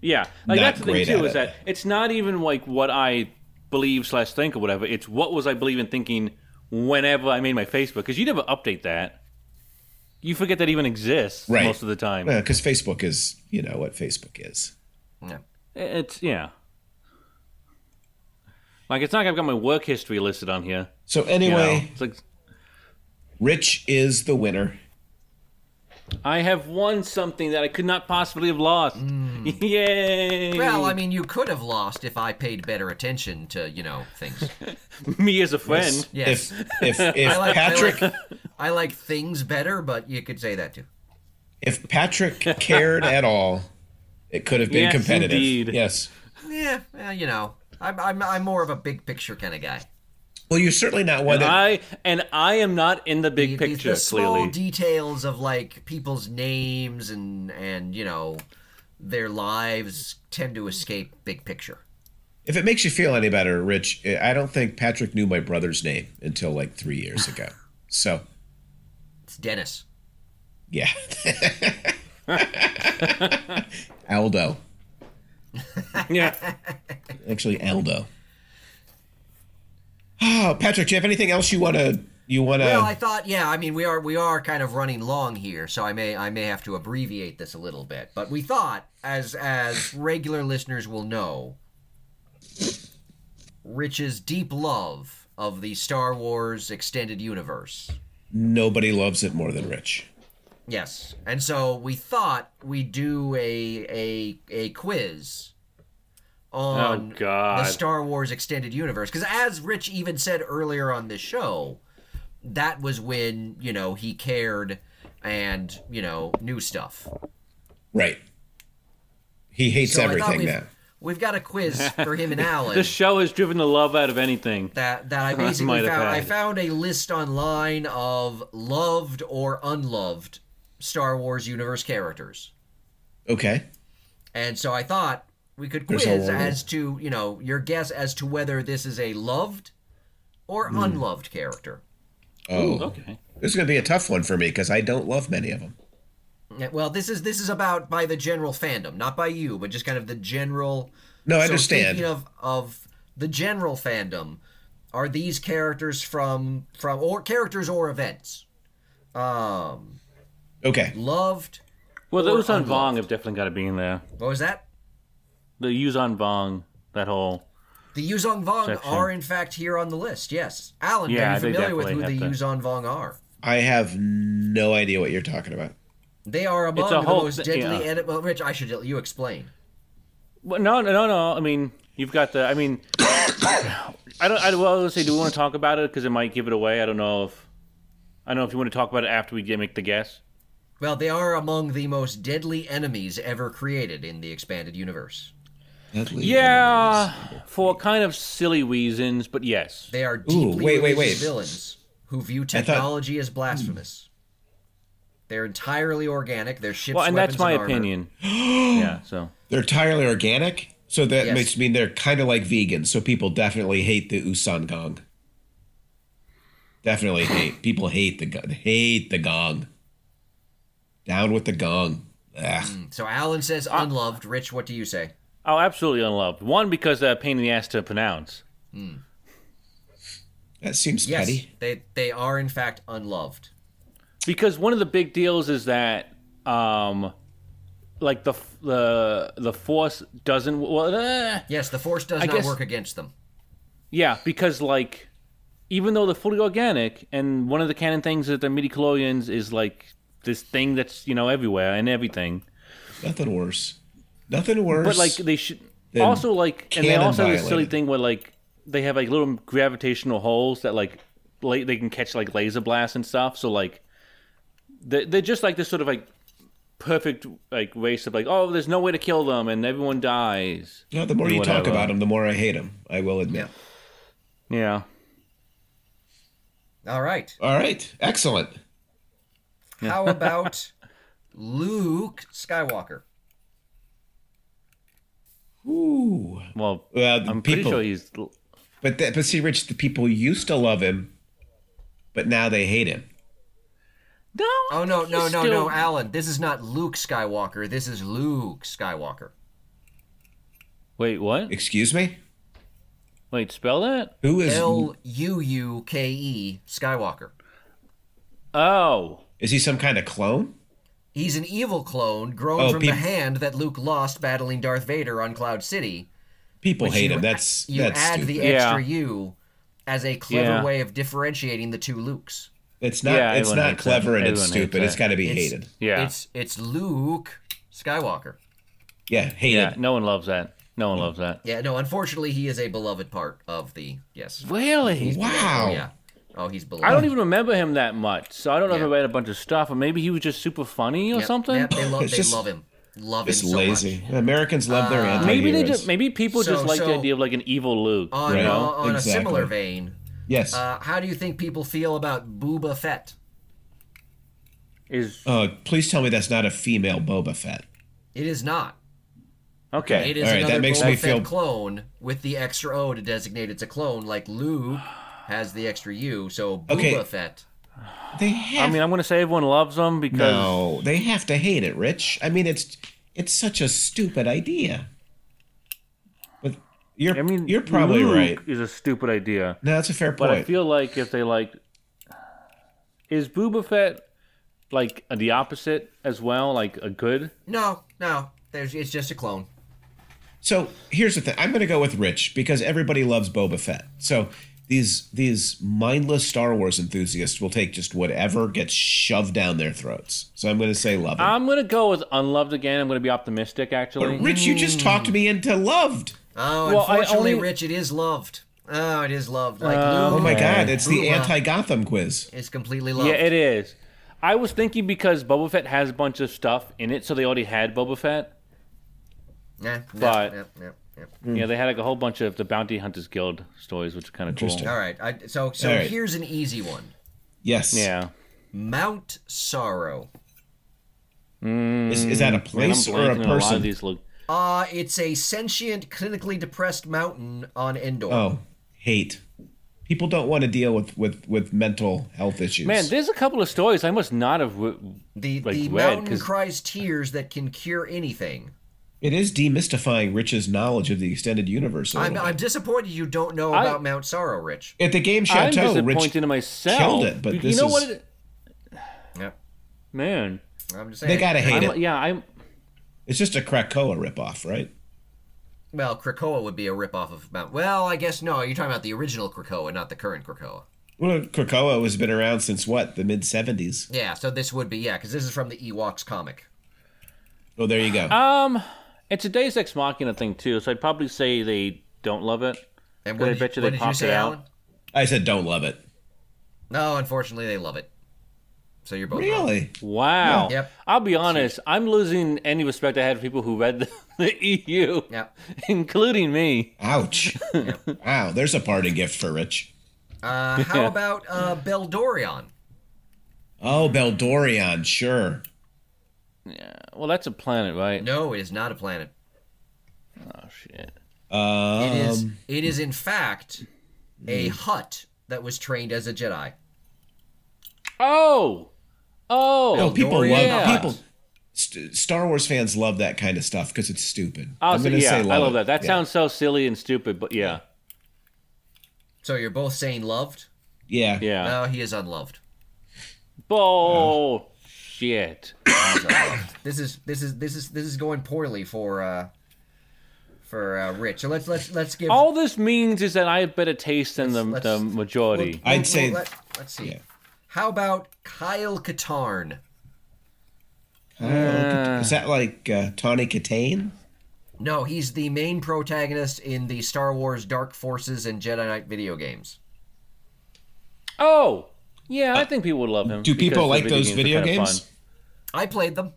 S3: Yeah, like
S1: Not
S3: that's the thing
S1: great
S3: too
S1: at
S3: is
S1: it.
S3: that it's not even like what I believe slash think or whatever. It's what was I believing thinking whenever I made my Facebook because you never update that. You forget that even exists
S1: Right.
S3: most of the time.
S1: because uh, Facebook is you know what Facebook is.
S2: Yeah.
S3: It's yeah. Like it's not like I've got my work history listed on here.
S1: So
S3: you know?
S1: anyway,
S3: It's like
S1: Rich is the winner.
S3: I have won something that I could not possibly have lost.
S2: Hmm.
S3: Yay!
S2: Well, I mean, you could have lost if I paid better attention to you know things.
S3: me as a friend.
S2: Yes,
S1: If if, if
S2: I like
S1: Patrick
S2: I like, I like things better, but you could say that too.
S1: if Patrick cared at all, it could have been
S3: Yes,
S1: competitive.
S3: indeed.
S1: Yes.
S2: Yeah, well, you know, I'm I'm I'm more of a big picture kind of guy.
S1: Well, you're certainly not one
S3: And
S1: that
S3: I and I am not in the big
S2: The- the-
S3: picture.
S2: the, small
S3: clearly,
S2: details of like people's names and and you know their lives tend to escape big picture.
S1: If it makes you feel any better, Rich, I don't think Patrick knew my brother's name until like three years ago. So,
S2: It's Dennis.
S1: yeah. Aldo.
S3: yeah.
S1: Actually, Aldo. Oh, Patrick, do you have anything else you want to you want to
S2: Well, I thought, yeah, I mean, we are we are kind of running long here, so I may I may have to abbreviate this a little bit. But we thought, as as regular listeners will know, Rich's deep love of the Star Wars extended universe.
S1: Nobody loves it more than Rich.
S2: Yes, and so we thought we'd do a a a quiz on
S3: Oh, God.
S2: the Star Wars extended universe because as Rich even said earlier on this show, that was when you know he cared and you know knew stuff.
S1: Right. He hates
S2: So I thought
S1: everything
S2: we've,
S1: now.
S2: we've got a quiz for him and Alan.
S3: This show has driven the love out of anything.
S2: that that I
S3: That might
S2: basically
S3: have
S2: found. I
S3: happened.
S2: found a list online of loved or unloved Star Wars universe characters.
S1: Okay.
S2: And so I thought we could
S1: There's
S2: quiz
S1: a lot of-
S2: as to, you know, your guess as to whether this is a loved or
S1: Hmm.
S2: unloved character.
S1: Oh,
S3: Okay.
S1: this is going to be a tough one for me because I don't love many of them.
S2: Yeah, Eh, Well, this is this is about by the general fandom, not by you, but just kind of the general.
S1: No, I
S2: So
S1: understand.
S2: Thinking of of the general fandom, are these characters from from or characters or events um
S1: okay.
S2: loved?
S3: Well, the
S2: Or
S3: Usan Vong
S2: unloved.
S3: have definitely got to be in there.
S2: What was that?
S3: The Yuzan Vong, that whole.
S2: The Yuzong Vong
S3: Section.
S2: are in fact here on the list. Yes, Alan,
S3: Yeah,
S2: are you
S3: they
S2: familiar with who the
S3: definitely have
S2: Yuzong Vong are?
S1: I have no idea what you're talking about.
S2: They are among
S3: a
S2: the
S3: whole
S2: most
S3: thi-
S2: deadly.
S3: yeah.
S2: And, well, Rich, I should you explain.
S3: Well, no, no, no, no. I mean, you've got the. I mean, I don't. I well, let's say, do we want to talk about it? Because it might give it away. I don't know if. I don't know if you want to talk about it after we get- make the guess.
S2: Well, they are among the most deadly enemies ever created in the expanded universe.
S3: Yeah, for kind of silly reasons, but yes.
S2: They are deeply
S1: wait, wait,
S2: religious
S1: wait.
S2: villains who view technology as blasphemous. They're entirely organic. Their ships,
S3: Well, and
S2: weapons,
S3: that's my
S2: and armor.
S3: opinion. yeah. So.
S1: They're entirely organic, so that
S2: Yes.
S1: makes mean they're kind of like vegans. So people definitely hate the Usan Gong. Definitely hate. People hate the go- hate the gong. Down with the gong. Ugh.
S3: Mm.
S2: So Alan says unloved. Rich, what do you say?
S3: Oh, absolutely unloved. One because uh, pain in the ass to pronounce.
S1: That seems
S2: Yes,
S1: petty.
S2: they they are in fact unloved.
S3: because one of the big deals is that um like the the the force doesn't well eh.
S2: Yes, the force does
S3: I
S2: not
S3: guess-
S2: work against them.
S3: yeah because like even though they're fully organic and one of the canon things that the midi chlorians is like this thing that's you know everywhere and everything
S1: Nothing worse. Nothing worse.
S3: but like they should
S1: Then
S3: also like and they
S1: canon
S3: also have this silly
S1: violated.
S3: thing where like they have like little gravitational holes that like la- they can catch like laser blasts and stuff so like they- they're just like this sort of like perfect like race of like oh there's no way to kill them and everyone dies
S1: no, the more you talk
S3: whatever.
S1: about him, the more I hate him. I will admit.
S3: yeah
S2: All right.
S1: All right. Excellent.
S2: How about Luke Skywalker?
S1: Ooh.
S3: well
S1: Well, the
S3: i'm pretty
S1: people.
S3: sure he's
S1: But that, but see, Rich, the people used to love him, but now they hate him.
S3: no
S2: Oh no,
S3: he's
S2: no, no,
S3: still-
S2: no, Alan. This is not Luke Skywalker. This is Luke Skywalker.
S3: wait what
S1: Excuse me.
S3: wait spell that
S1: Who is
S2: L U U K E Skywalker.
S3: oh
S1: is he? Some kind of clone?
S2: He's an evil clone grown
S1: Oh,
S2: from
S1: peop-
S2: the hand that Luke lost battling Darth Vader on Cloud City.
S1: People hate
S2: you-
S1: him. That's
S2: You
S1: that's
S2: add
S1: stupid.
S2: the
S3: Yeah.
S2: extra U as a clever
S3: Yeah.
S2: way of differentiating the two Lukes.
S1: It's not.
S3: Yeah,
S1: it's
S3: everyone
S1: not
S3: hates
S1: clever
S3: that.
S1: and it's
S3: Everyone hates
S1: stupid. It's
S3: that.
S1: got to be
S2: It's-
S1: hated.
S3: yeah
S2: It's it's Luke Skywalker.
S1: Yeah, hated.
S3: yeah no one loves that no one loves that
S2: Yeah, no, unfortunately he is a beloved part of the yes.
S3: really
S1: Wow.
S2: Yeah. Oh, he's beloved.
S3: I don't even remember him that much, so I don't know
S2: Yeah.
S3: if I read a bunch of stuff, or maybe he was just super funny or
S2: Yep,
S3: something.
S2: yep, they love
S1: It's
S2: they
S1: just-
S2: love him. Love him
S1: It's
S2: so much. Uh,
S1: lazy. Americans love their anti
S3: Maybe they just maybe people
S2: So-
S3: just like
S2: so-
S3: the idea of like an evil Luke.
S2: On,
S1: Right.
S2: on, on
S1: Exactly.
S2: a similar vein,
S1: yes.
S2: uh, how do you think people feel about Booba Fett?
S3: Is
S1: oh, please tell me that's not a female Boba Fett.
S2: It is not.
S3: okay.
S2: It is
S1: All right,
S2: another
S1: that makes
S2: Boba
S1: me
S2: Fett
S1: feel-
S2: clone with the extra O to designate it's a clone, like Luke has the extra U. So Booba
S1: Okay.
S2: Fett.
S1: They have
S3: I mean, I'm gonna say everyone loves him because
S1: no. They have to hate it, Rich. I mean, it's it's such a stupid idea. But you're
S3: I mean
S1: you're probably
S3: Luke
S1: right.
S3: Is a stupid idea,
S1: No, that's a fair
S3: but
S1: point.
S3: I feel like if they like, is Booba Fett like the opposite as well? Like a good?
S2: No, no, there's it's just a clone.
S1: So here's the thing. I'm going to go with Rich because everybody loves Boba Fett. So these these mindless Star Wars enthusiasts will take just whatever gets shoved down their throats. So I'm going to say love. him.
S3: I'm gonna go with unloved again. I'm gonna be optimistic actually.
S1: But Rich, you just talked me into loved.
S2: Oh,
S3: Well, I
S2: unfortunately,
S3: only-
S2: Rich, it is loved. Oh, it is loved. Like
S1: Oh
S2: Luke
S1: my God, it's the
S2: Booba.
S1: anti Gotham quiz.
S2: is completely loved.
S3: Uh, Yeah, it is. I was thinking because Boba Fett has a bunch of stuff in it, so they already had Boba Fett.
S2: Yeah,
S3: but-
S2: yeah, yeah, yeah.
S1: Hmm.
S3: Yeah, they had like a whole bunch of the Bounty Hunters Guild stories, which are kind of cool.
S1: Interesting.
S2: All right. I, so so
S1: All right.
S2: here's an easy one.
S1: Yes.
S3: Yeah,
S2: Mount Sorrow.
S1: Is, is that a
S3: Mm, Man, I'm
S1: place or a
S3: blanking on lot of
S1: person?
S3: these look.
S2: Uh, it's a sentient, clinically depressed mountain on Endor.
S1: oh, hate. People don't want to deal with with with mental health issues.
S3: Man, there's a couple of stories I must not have. Re-
S2: the
S3: like
S2: the
S3: red,
S2: mountain
S3: 'cause-
S2: cries tears that can cure anything.
S1: it is demystifying Rich's knowledge of the extended universe. a
S2: I'm,
S1: little bit.
S2: I'm disappointed you don't know
S3: I-
S2: about Mount Sorrow, Rich.
S1: At the game
S3: I'm
S1: chateau, Rich
S3: disappointed in myself.
S1: killed it, but
S3: you
S1: this
S3: know
S1: is-
S3: what? It,
S2: Yep.
S3: man,
S2: I'm just saying.
S1: they gotta hate
S3: I'm,
S1: it.
S3: yeah, I'm.
S1: It's just a Krakoa ripoff, right?
S2: Well, Krakoa would be a ripoff of Mount. Well, I guess no. You're talking about the original Krakoa, not the current Krakoa.
S1: Well, Krakoa has been around since what the mid '70s.
S2: Yeah. So this would be yeah, because this is from the Ewoks comic.
S1: Well, Oh, there you go.
S3: Um, it's a Deus Ex Machina thing too, so I'd probably say they don't love it.
S2: And
S3: But
S2: what
S3: I
S2: did,
S3: bet you
S2: what
S3: they
S2: did you
S3: popped
S2: say,
S3: it out.
S2: Alan?
S1: I said, don't love it.
S2: No, unfortunately, they love it. So you're both wrong.
S1: Really?
S3: Wow.
S2: Yep.
S3: I'll be honest. I'm losing any respect I had for people who read the, the EU,
S2: Yep.
S3: including me.
S1: Ouch! wow, there's a party gift for Rich.
S2: Uh, how about uh, Beldorion?
S1: Oh, Beldorion, sure.
S3: Well, that's a planet, right?
S2: No, it is not a planet.
S3: Oh shit.
S1: Um, hmm.
S2: It is. It is in fact a hut that was trained as a Jedi.
S3: Oh, oh,
S1: No, people
S2: Dorian
S1: love
S3: Yacht.
S1: people. St- Star Wars fans love that kind of stuff because it's stupid.
S3: I'll say-
S1: gonna
S3: Oh, yeah, I love
S1: it.
S3: that. That
S1: Yeah.
S3: sounds so silly and stupid, but yeah,
S2: So you're both saying loved?
S1: Yeah.
S3: yeah.
S2: No, he is unloved.
S3: Bull shit.
S2: He's unloved. this is this is this is this is going poorly for uh for uh, Rich. So let's let's let's give
S3: All this means is that I have better taste than the,
S2: Let's-
S3: the
S2: let's-
S3: majority.
S1: I'd say-
S2: let, us see.
S1: yeah.
S2: How about Kyle Katarn?
S1: Uh, Is that like uh, Tawny Katane?
S2: No, he's the main protagonist in the Star Wars Dark Forces and Jedi Knight video games.
S3: oh, yeah, I think people would love him.
S1: Uh, Do
S3: because
S1: people
S3: the
S1: like those
S3: are
S1: video
S3: kinda
S1: games?
S3: fun.
S2: I played them.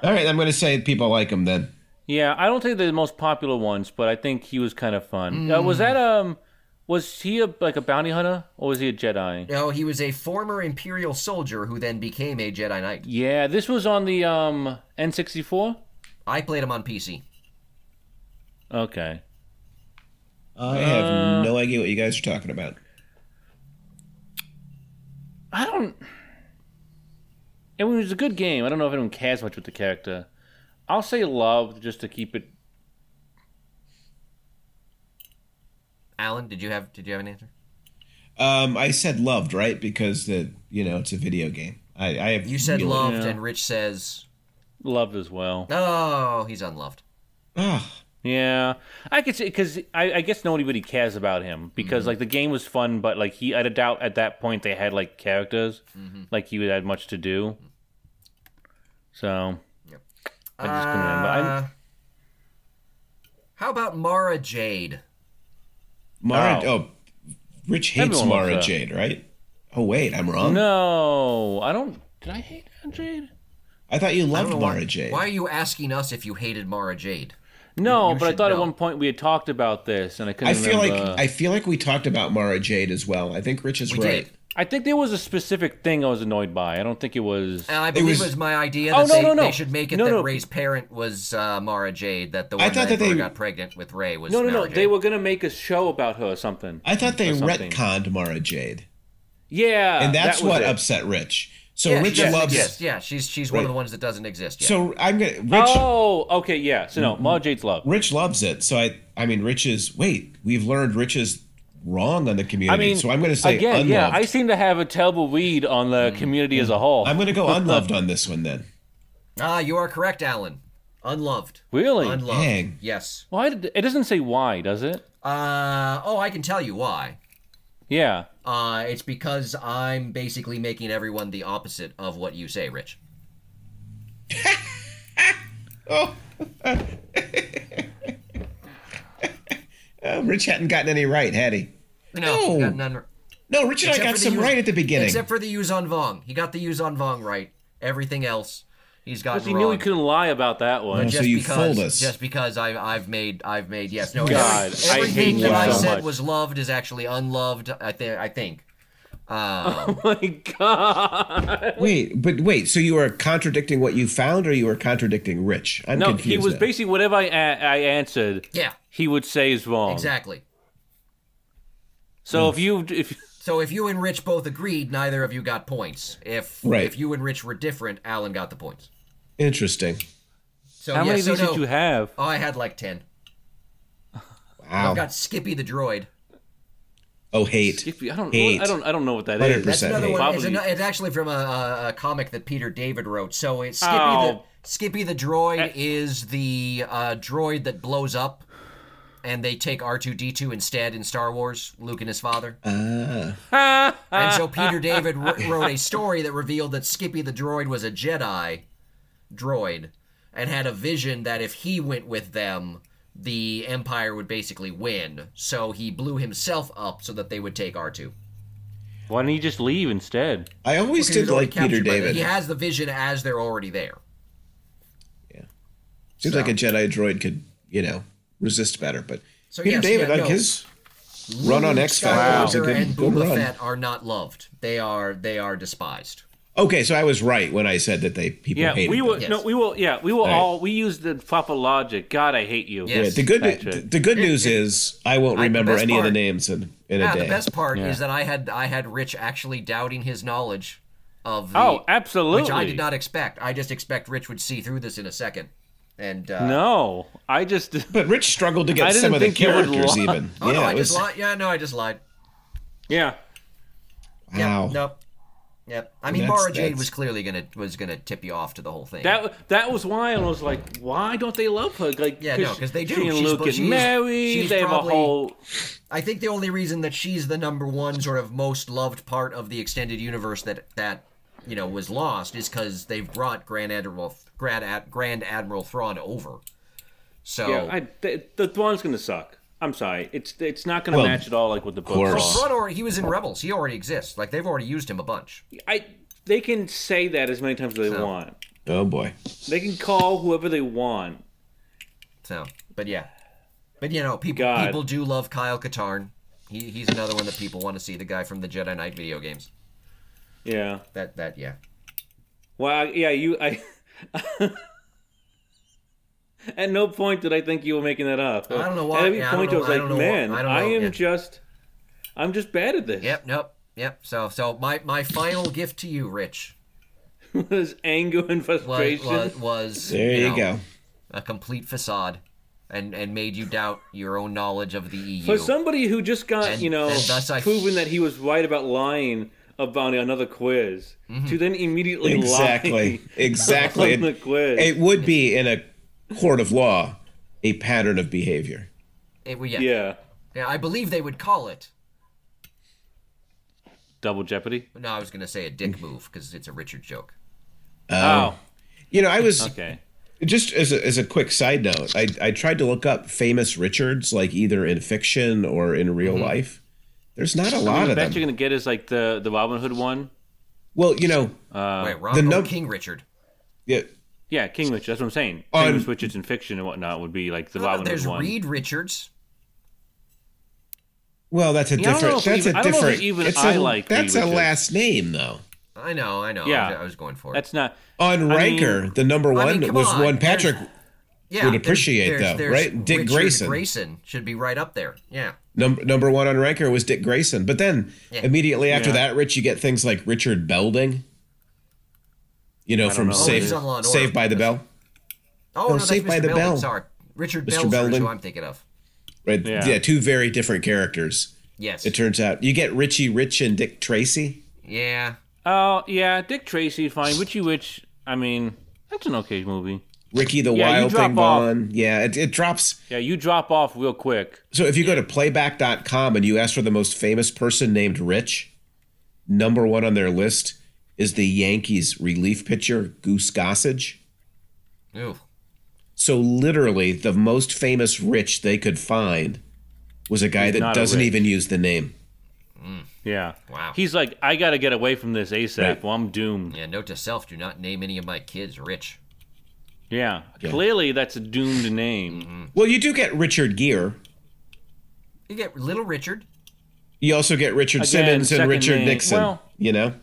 S1: All right, I'm going to say people like them then.
S3: Yeah, I don't think they're the most popular ones, but I think he was kind of fun. Uh, was that um, was he a, like a bounty hunter or was he a Jedi?
S2: No, he was a former Imperial soldier who then became a Jedi Knight.
S3: Yeah, this was on the um N64.
S2: I played him on PC.
S3: Okay.
S1: I
S3: Uh,
S1: have no idea what you guys are talking about.
S3: I don't. It was a good game. I don't know if anyone cares much with the character. I'll say love just to keep it.
S2: Alan, did you have did you have an answer?
S1: Um, I said loved, right? Because the you know it's a video game. I, I have
S2: You said
S1: really-
S2: loved,
S3: Yeah.
S2: and Rich says,
S3: Love as well.
S2: "Oh, he's unloved."
S1: Ah,
S3: Yeah, I could say because I, I guess nobody really cares about him because
S2: Mm-hmm.
S3: like the game was fun, but like he, I doubt at that point they had like characters,
S2: Mm-hmm.
S3: like he had much to do. So I just couldn't remember. I'm-
S2: Uh, how about Mara Jade?
S1: Mara.
S3: Oh.
S1: Oh, Rich hates
S3: Everyone loves
S1: Mara
S3: that.
S1: Jade, right? Oh wait, I'm wrong.
S3: no, I don't. Did I hate Jade?
S1: I thought you
S2: I don't
S1: loved
S2: know
S1: Mara
S2: why,
S1: Jade.
S2: why are you asking us if you hated Mara Jade?
S3: No,
S2: you
S3: but I
S2: should
S3: thought at
S2: know.
S3: one point we had talked about this, and I couldn't.
S1: I feel like
S3: remember. uh,
S1: I feel like we talked about Mara Jade as well. I think Rich is
S2: We
S1: right.
S2: did.
S3: I think there was a specific thing I was annoyed by. I don't think it was.
S2: And I believe it was,
S1: was-
S2: my idea that
S3: Oh, no,
S2: they,
S3: no, no.
S2: they should make it
S3: No,
S2: that
S3: no.
S2: Ray's parent was uh, Mara Jade, that the one
S1: thought
S2: that,
S1: that they-
S2: got pregnant with Ray was
S3: no, no, no.
S2: Mara
S3: They
S2: Jade.
S3: were gonna make a show about her or something.
S1: I thought they
S3: Or something.
S1: retconned Mara Jade,
S3: Yeah,
S1: and that's
S3: that was
S1: what
S3: it.
S1: upset Rich. So
S2: yeah,
S1: Rich
S2: she doesn't
S1: loves.
S2: exist. Yeah, she's she's one of
S1: Right.
S2: the ones that doesn't exist. Yet.
S1: So I'm gonna Rich. Mm-hmm.
S3: Oh, okay, yeah. So no, Mara Jade's love.
S1: Rich loves it. So I. I mean, Rich is. Wait, we've learned Rich is wrong on the
S3: I
S1: community.
S3: mean,
S1: so I'm gonna say
S3: again,
S1: unloved. Mm-hmm.
S3: yeah. I seem to have a terrible read on the community as a whole.
S1: I'm gonna go unloved on this one then.
S2: ah, you are correct, Alan. Unloved.
S3: really?
S2: Unloved.
S1: Dang.
S2: Yes.
S3: why did it doesn't say why? Does it?
S2: Uh, oh, I can tell you why.
S3: Yeah.
S2: Uh, it's because I'm basically making everyone the opposite of what you say, Rich.
S1: Uh, Rich hadn't gotten any right, had he?
S2: No,
S1: No.
S2: got none-
S1: No, Rich and
S2: Except
S1: I
S2: for
S1: got
S2: the
S1: some
S2: use-
S1: right at the beginning.
S2: except for the Yuzon Vong. He got the Yuzon Vong right. Everything else, he's got
S3: Because
S2: wrong.
S3: he knew he couldn't lie about that one.
S1: so
S2: just
S1: you
S2: because,
S1: fooled us.
S2: Just because I've I've made I've made yes no
S3: God,
S2: every-
S3: I
S2: everything
S3: hate
S2: that
S1: you
S2: I
S1: so
S2: said
S3: much.
S2: was loved is actually unloved. I think I think. Uh,
S3: Oh my god!
S1: Wait, but wait. So you were contradicting what you found, or you were contradicting Rich? I'm
S3: No,
S1: confused.
S3: he was
S1: now.
S3: basically whatever I, a- I answered.
S2: yeah,
S3: He would say is wrong.
S2: exactly.
S3: So if you if
S2: So if you and Rich both agreed, neither of you got points. If
S1: Right.
S2: if you and Rich were different, Alan got the points.
S1: interesting.
S2: So
S3: how
S2: yeah,
S3: many of
S2: so
S3: these
S2: no,
S3: did you have?
S2: Oh, I had like ten.
S1: Wow.
S2: I've got Skippy the droid.
S1: oh, hate.
S3: Skippy, I don't,
S1: Hate.
S3: I don't, I don't know what that is.
S1: 100%.
S2: That's another
S1: hate.
S2: one. It's,
S3: Probably-
S2: an, it's actually from a, a, a comic that Peter David wrote. So it's Skippy,
S3: Ow.
S2: the, Skippy the droid is the uh, droid that blows up, and they take R two D two instead in Star Wars. Luke and his father.
S1: Ah.
S2: and so Peter David wr- wrote a story that revealed that Skippy the droid was a Jedi droid, and had a vision that if he went with them. The Empire would basically win, so he blew himself up so that they would take R2.
S3: Why don't you just leave instead?
S1: I always
S2: He was
S1: did
S2: already
S1: like Peter
S2: captured by the-
S1: David.
S2: He has the vision as they're already there.
S1: Seems like a Jedi droid could, you know, resist better. But
S2: So
S1: Peter
S2: yes,
S1: David,
S2: yeah,
S1: like
S2: no.
S1: his run on
S2: Luke
S1: X Factor was a
S2: Skywalker and
S1: good, good
S2: Boba
S1: run.
S2: Fett are not loved. They are they are despised.
S1: Okay, so I was right when I said that they people
S3: Yeah,
S1: hated.
S3: we were
S1: them.
S2: Yes.
S3: no, we were yeah, we were
S1: right.
S3: all we used the proper logic. God, I hate you.
S2: Yeah.
S1: Yeah, the good
S3: Gotcha.
S1: the good news is I won't remember
S2: best
S1: any of the
S2: part-
S1: names in, in
S2: Yeah,
S1: a day.
S2: the best part is that I had I had Rich actually doubting his knowledge of the
S3: Oh, absolutely.
S2: which I did not expect. I just expect Rich would see through this in a second. And uh,
S3: No, I just
S1: But Rich struggled to get
S3: I didn't
S1: some of the
S3: think he would
S1: characters
S3: lie.
S1: even.
S2: oh no,
S1: yeah,
S2: I
S1: it
S2: just
S1: was,
S2: lied. Yeah, no, I just lied.
S3: yeah.
S2: Yep,
S1: wow.
S2: Nope. Yep. I mean,
S1: That's-
S2: Mara Jade
S1: that's-
S2: was clearly gonna was gonna tip you off to the whole thing.
S3: That that was why I was like, why don't they love her? Like,
S2: Yeah, no, 'cause they do.
S3: She and
S2: She's-
S3: Luke get
S2: she's-
S3: married.
S2: she's
S3: They have a
S2: probably-
S3: whole.
S2: I think the only reason that she's the number one sort of most loved part of the extended universe that that you know was lost is because they've brought Grand Admiral Grand, Ad, Grand Admiral Thrawn over. So
S3: Yeah, I, the, the Thrawn's gonna suck. I'm sorry, it's it's not gonna
S1: Well,
S3: match at all like with the books.
S2: Well,
S1: course.
S2: Thrawn already, he was in Rebels. He already exists. Like they've already used him a bunch.
S3: I they can say that as many times as they
S2: So-
S3: want.
S1: Oh boy.
S3: They can call whoever they want.
S2: So, but yeah, but you know, people
S3: God.
S2: people do love Kyle Katarn. He he's another one that people want to see. The guy from the Jedi Knight video games.
S3: Yeah.
S2: That that yeah.
S3: Well, I, yeah, you. I. At no point did I think you were making that up.
S2: I don't know why-
S3: At every
S2: yeah, I don't
S3: point,
S2: know-
S3: was
S2: I
S3: like,
S2: don't know why-
S3: man,
S2: I
S3: I,
S2: don't know,
S3: am
S2: yeah.
S3: just, I'm just bad at this.
S2: Yep. Nope. Yep. So so my my final gift to you, Rich,
S3: was anger and
S2: was
S3: frustration.
S2: was, was
S1: There you,
S2: know,
S1: go.
S2: a complete facade, and and made you doubt your own knowledge of the E EU.
S3: For somebody who just got,
S2: And-
S3: you know,
S2: and thus I-
S3: proven that he was right about lying about another quiz,
S2: Mm-hmm.
S3: to then immediately
S1: Exactly.
S3: lie
S1: Exactly.
S3: on the
S1: It,
S3: quiz.
S1: it would be in a court of law a pattern of behavior.
S2: It- well, yeah. yeah.
S3: yeah.
S2: I believe they would call it.
S3: Double Jeopardy.
S2: No, I was gonna say a
S1: Mm.
S2: dick move because it's a Richard joke.
S1: Um,
S3: Oh,
S1: You know, I was
S3: okay.
S1: just as a, as a quick side note, I, I tried to look up famous Richards, like either in fiction or in real life. There's not a lot
S3: The
S1: of them.
S3: best you're gonna get is like the the Robin Hood one.
S1: Well, you know,
S3: Uh,
S2: Wait, Ron, oh,
S1: num-
S2: King Richard.
S1: yeah,
S3: Yeah, King Richard. That's what I'm saying.
S1: On-
S3: Famous Richards in fiction and whatnot would be like the
S2: No, no,
S3: Robin Hood
S2: Oh, there's
S3: one.
S2: Reed Richards.
S1: well, that's a
S3: Yeah, I don't know
S1: different.
S3: if
S1: That's
S3: even-
S1: a
S3: I don't know if
S1: different.
S3: even
S1: it's
S3: I
S1: a-
S3: like Reed
S1: that's a
S3: Richards.
S1: last name though.
S2: I know, I know.
S3: Yeah.
S2: I, was- I was going for it.
S3: That's not.
S1: On
S3: I
S1: Ranker, the number
S2: I
S1: one
S2: mean, come
S1: was
S2: on,
S1: one Patrick.
S2: there's- yeah,
S1: would
S2: there's-
S1: appreciate,
S2: there's-
S1: though,
S2: there's
S1: right? Dick
S2: Richard
S1: Grayson.
S2: Grayson should be right up there. Yeah.
S1: Num- number one on Ranker was Dick Grayson. But then immediately after
S3: Yeah.
S1: that, Rich, you get things like Richard Belding. You know, from
S3: know. Oh,
S1: Save
S2: he's on Law and
S1: Saved
S2: Order.
S1: by the Bell,
S2: Oh,
S1: No,
S2: no, that's
S1: Saved
S2: Mr.
S1: by the
S2: Belding.
S1: Bell.
S2: Sorry, Richard
S1: Mr.
S2: Belzer is
S1: Belding.
S2: who I'm thinking of.
S1: right?
S3: Yeah.
S1: yeah, two very different characters.
S2: Yes.
S1: It turns out you get Richie Rich and Dick Tracy.
S2: yeah.
S3: Oh yeah, Dick Tracy. Fine. Richie Rich. I mean, that's an okay movie.
S1: Ricky the
S3: Yeah, you
S1: Wild
S3: drop
S1: Thing
S3: off.
S1: Vaughn. Yeah, it, it drops.
S3: Yeah, you drop off real quick.
S1: So if you go to playback.com and you ask for the most famous person named Rich, number one on their list is the Yankees relief pitcher Goose Gossage.
S2: Ooh.
S1: So literally, the most famous Rich they could find was a guy that
S3: not a
S1: doesn't
S3: Rich.
S1: even use the name.
S3: Yeah.
S2: Wow.
S3: He's like, I gotta get away from this ASAP.
S1: Right.
S3: Well, I'm doomed.
S2: Yeah. Note to self: Do not name any of my kids Rich.
S3: Yeah. Clearly, that's a doomed name.
S1: Well, you do get Richard Gere.
S2: You get Little Richard.
S1: You also get Richard
S3: Again,
S1: Simmons and
S3: second
S1: Richard
S3: name.
S1: Nixon.
S3: Well-
S1: you know.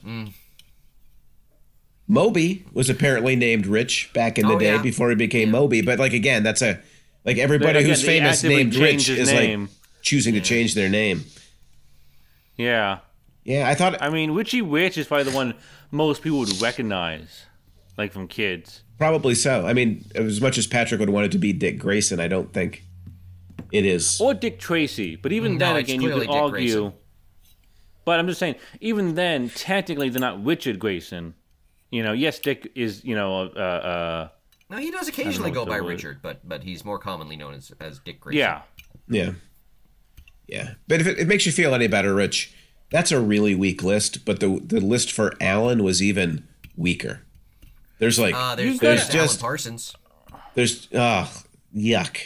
S1: Moby was apparently named Rich back in the
S2: Oh,
S1: day
S2: yeah.
S1: before he became Moby, but like again, that's a like everybody
S3: Again,
S1: who's
S3: they
S1: famous
S3: actively
S1: named
S3: changed
S1: Rich
S3: his
S1: is
S3: name.
S1: like choosing to change their name.
S3: Yeah.
S1: Yeah, I thought
S3: I mean, Richie Rich is probably the one most people would recognize, like from kids.
S1: probably so. I mean, as much as Patrick would want it to be Dick Grayson, I don't think it is.
S3: Or Dick Tracy. But even
S2: Mm, No,
S3: then,
S2: it's
S3: again, you
S2: clearly
S3: could
S2: Dick
S3: argue.
S2: Grayson.
S3: But I'm just saying, even then, technically, they're not Richard Grayson. You know, yes, Dick is, you know, uh, uh
S2: No, he does occasionally
S3: what
S2: go
S3: the
S2: by
S3: word-
S2: Richard, but but he's more commonly known as, as Dick Grayson.
S3: yeah.
S1: Yeah. Yeah. But if it, it makes you feel any better, Rich, that's a really weak list. But the the list for Allen was even weaker. There's like
S2: Uh, there's
S3: You gotta-
S2: there's Alan
S1: Just-
S2: Parsons.
S1: there's ah yuck.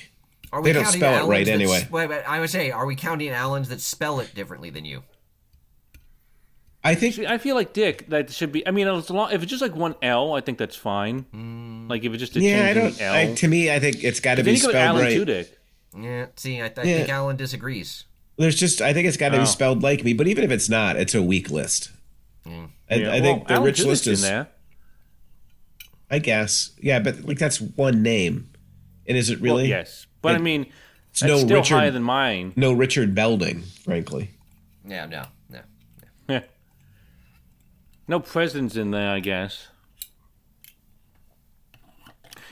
S2: Are
S1: They don't
S2: counting
S1: spell it
S2: Allens
S1: right
S2: that
S1: anyway.
S2: s- Wait, wait, I would say, are we counting Allens that spell it differently than you?
S1: I think
S3: I feel like Dick. That should be. I mean, as long, if it's just like one L, I think that's fine.
S2: Mm.
S3: Like if it's just a
S1: yeah. I
S3: change in
S1: don't.
S3: the L.
S1: I, to me, I think it's got to
S3: then
S1: be
S3: you go
S1: spelled
S3: with
S1: right.
S3: Alan Tudyk.
S2: Yeah. See, I, th- I
S1: Yeah.
S2: think Allen disagrees.
S1: There's just I think it's got to
S3: Oh.
S1: be spelled like me. But even if it's not, it's a weak list. I,
S3: Mm. Yeah,
S1: I think
S3: well,
S1: the
S3: Alan
S1: rich
S3: Tudyk's
S1: list is.
S3: in there.
S1: I guess. Yeah, but like that's one name, and is it really?
S3: Well, yes, but I mean, it's
S1: no
S3: still
S1: Richard-
S3: higher than mine.
S1: No, Richard Belding. Frankly,
S2: Yeah. No. No.
S3: Yeah. No presidents in there, I guess.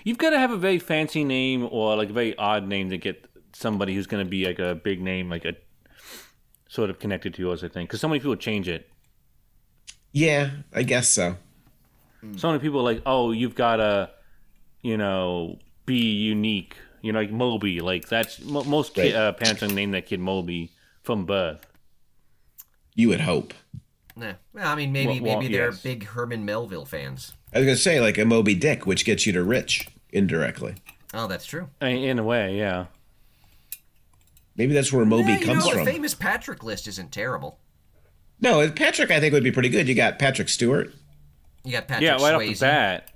S3: You've got to have a very fancy name or like a very odd name to get somebody who's going to be like a big name, like a sort of connected to yours, I think. Because so many people change it.
S1: Yeah, I guess so.
S3: So many people are like, oh, you've got to, you know, be unique. You know, like Moby. Like that's mo most ki
S1: Right.
S3: uh, parents don't name their kid Moby from birth.
S1: You would hope.
S2: Yeah. Well, I mean, maybe
S3: Well, well,
S2: maybe they're
S3: yes.
S2: big Herman Melville fans.
S1: I was gonna say like a Moby Dick, which gets you to rich indirectly.
S2: Oh, that's true.
S3: I- In a way, yeah.
S1: Maybe that's where Moby
S2: Yeah, you
S1: comes
S2: know,
S1: from.
S2: the famous Patrick list isn't terrible.
S1: no, Patrick I think would be pretty good. You got Patrick Stewart.
S2: You got Patrick
S3: Yeah, right
S2: Swayze,
S3: off the bat.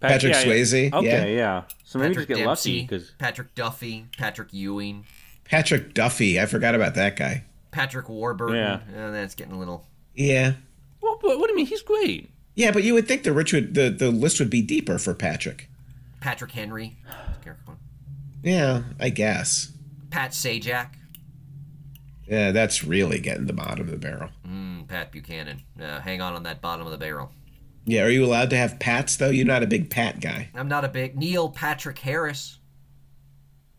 S3: Pat-
S1: Patrick Swayze,
S3: Okay, yeah. So maybe
S2: Patrick
S3: just get lucky
S2: Dempsey,
S3: 'cause
S2: Patrick Duffy, Patrick Ewing,
S1: Patrick Duffy. I forgot about that guy.
S2: Patrick Warburton.
S3: Yeah.
S2: Uh, that's getting a little.
S1: Yeah.
S3: What, what, what do you mean? He's great.
S1: Yeah, but you would think the rich would the, the list would be deeper for Patrick.
S2: Patrick Henry. Careful.
S1: Yeah, I guess.
S2: Pat Sajak.
S1: Yeah, that's really getting the bottom of the barrel.
S2: Mm, Pat Buchanan. Uh, hang on on that bottom of the barrel.
S1: Yeah, are you allowed to have Pats though? You're not a big Pat guy.
S2: I'm not a big Neil Patrick Harris.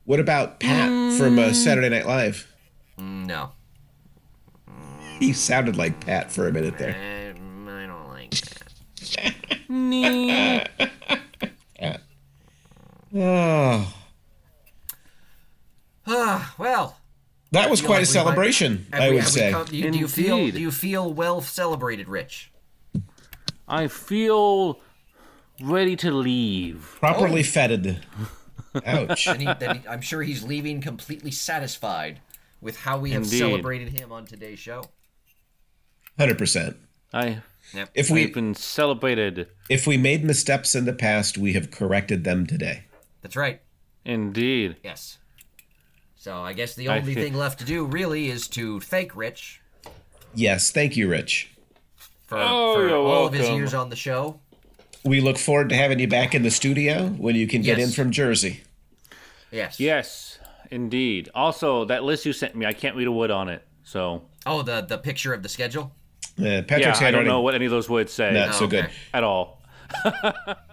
S1: What about Pat from uh, Saturday Night Live?
S2: Mm, No,
S1: He sounded like Pat for a minute there.
S2: I, I don't like that.
S1: Oh,
S2: Ah, well,
S1: that was
S2: feel
S1: quite a
S2: like we might-
S1: celebration,
S2: have
S1: I
S2: we-
S1: would
S2: have we
S1: say.
S2: come- do, you, do you feel
S3: Indeed.
S2: do you feel well celebrated, Rich?
S3: I feel ready to leave.
S1: Properly feted. Ouch.
S2: Then he, then he, I'm sure he's leaving completely satisfied with how we have
S3: Indeed.
S2: celebrated him on today's show.
S1: Hundred percent.
S3: I,
S2: Yep.
S1: If
S3: I've
S1: we
S3: been celebrated.
S1: if we made missteps in the past, we have corrected them today.
S2: That's right.
S3: Indeed.
S2: Yes. So I guess the
S3: I
S2: only
S3: feel-
S2: thing left to do really is to thank Rich
S1: Yes, thank you, Rich.
S2: for,
S3: Oh,
S2: for
S3: you're
S2: all of his
S3: welcome.
S2: years on the show.
S1: We look forward to having you back in the studio when you can get
S2: Yes.
S1: in from Jersey.
S2: Yes.
S3: Yes, indeed. Also, that list you sent me, I can't read a word on it. So,
S2: Oh, the the picture of the schedule.
S1: Uh,
S3: yeah,
S1: Patrick's
S3: I don't
S1: handwriting
S3: know what any of those words say
S1: not
S2: Oh,
S1: so good.
S2: okay.
S3: at all.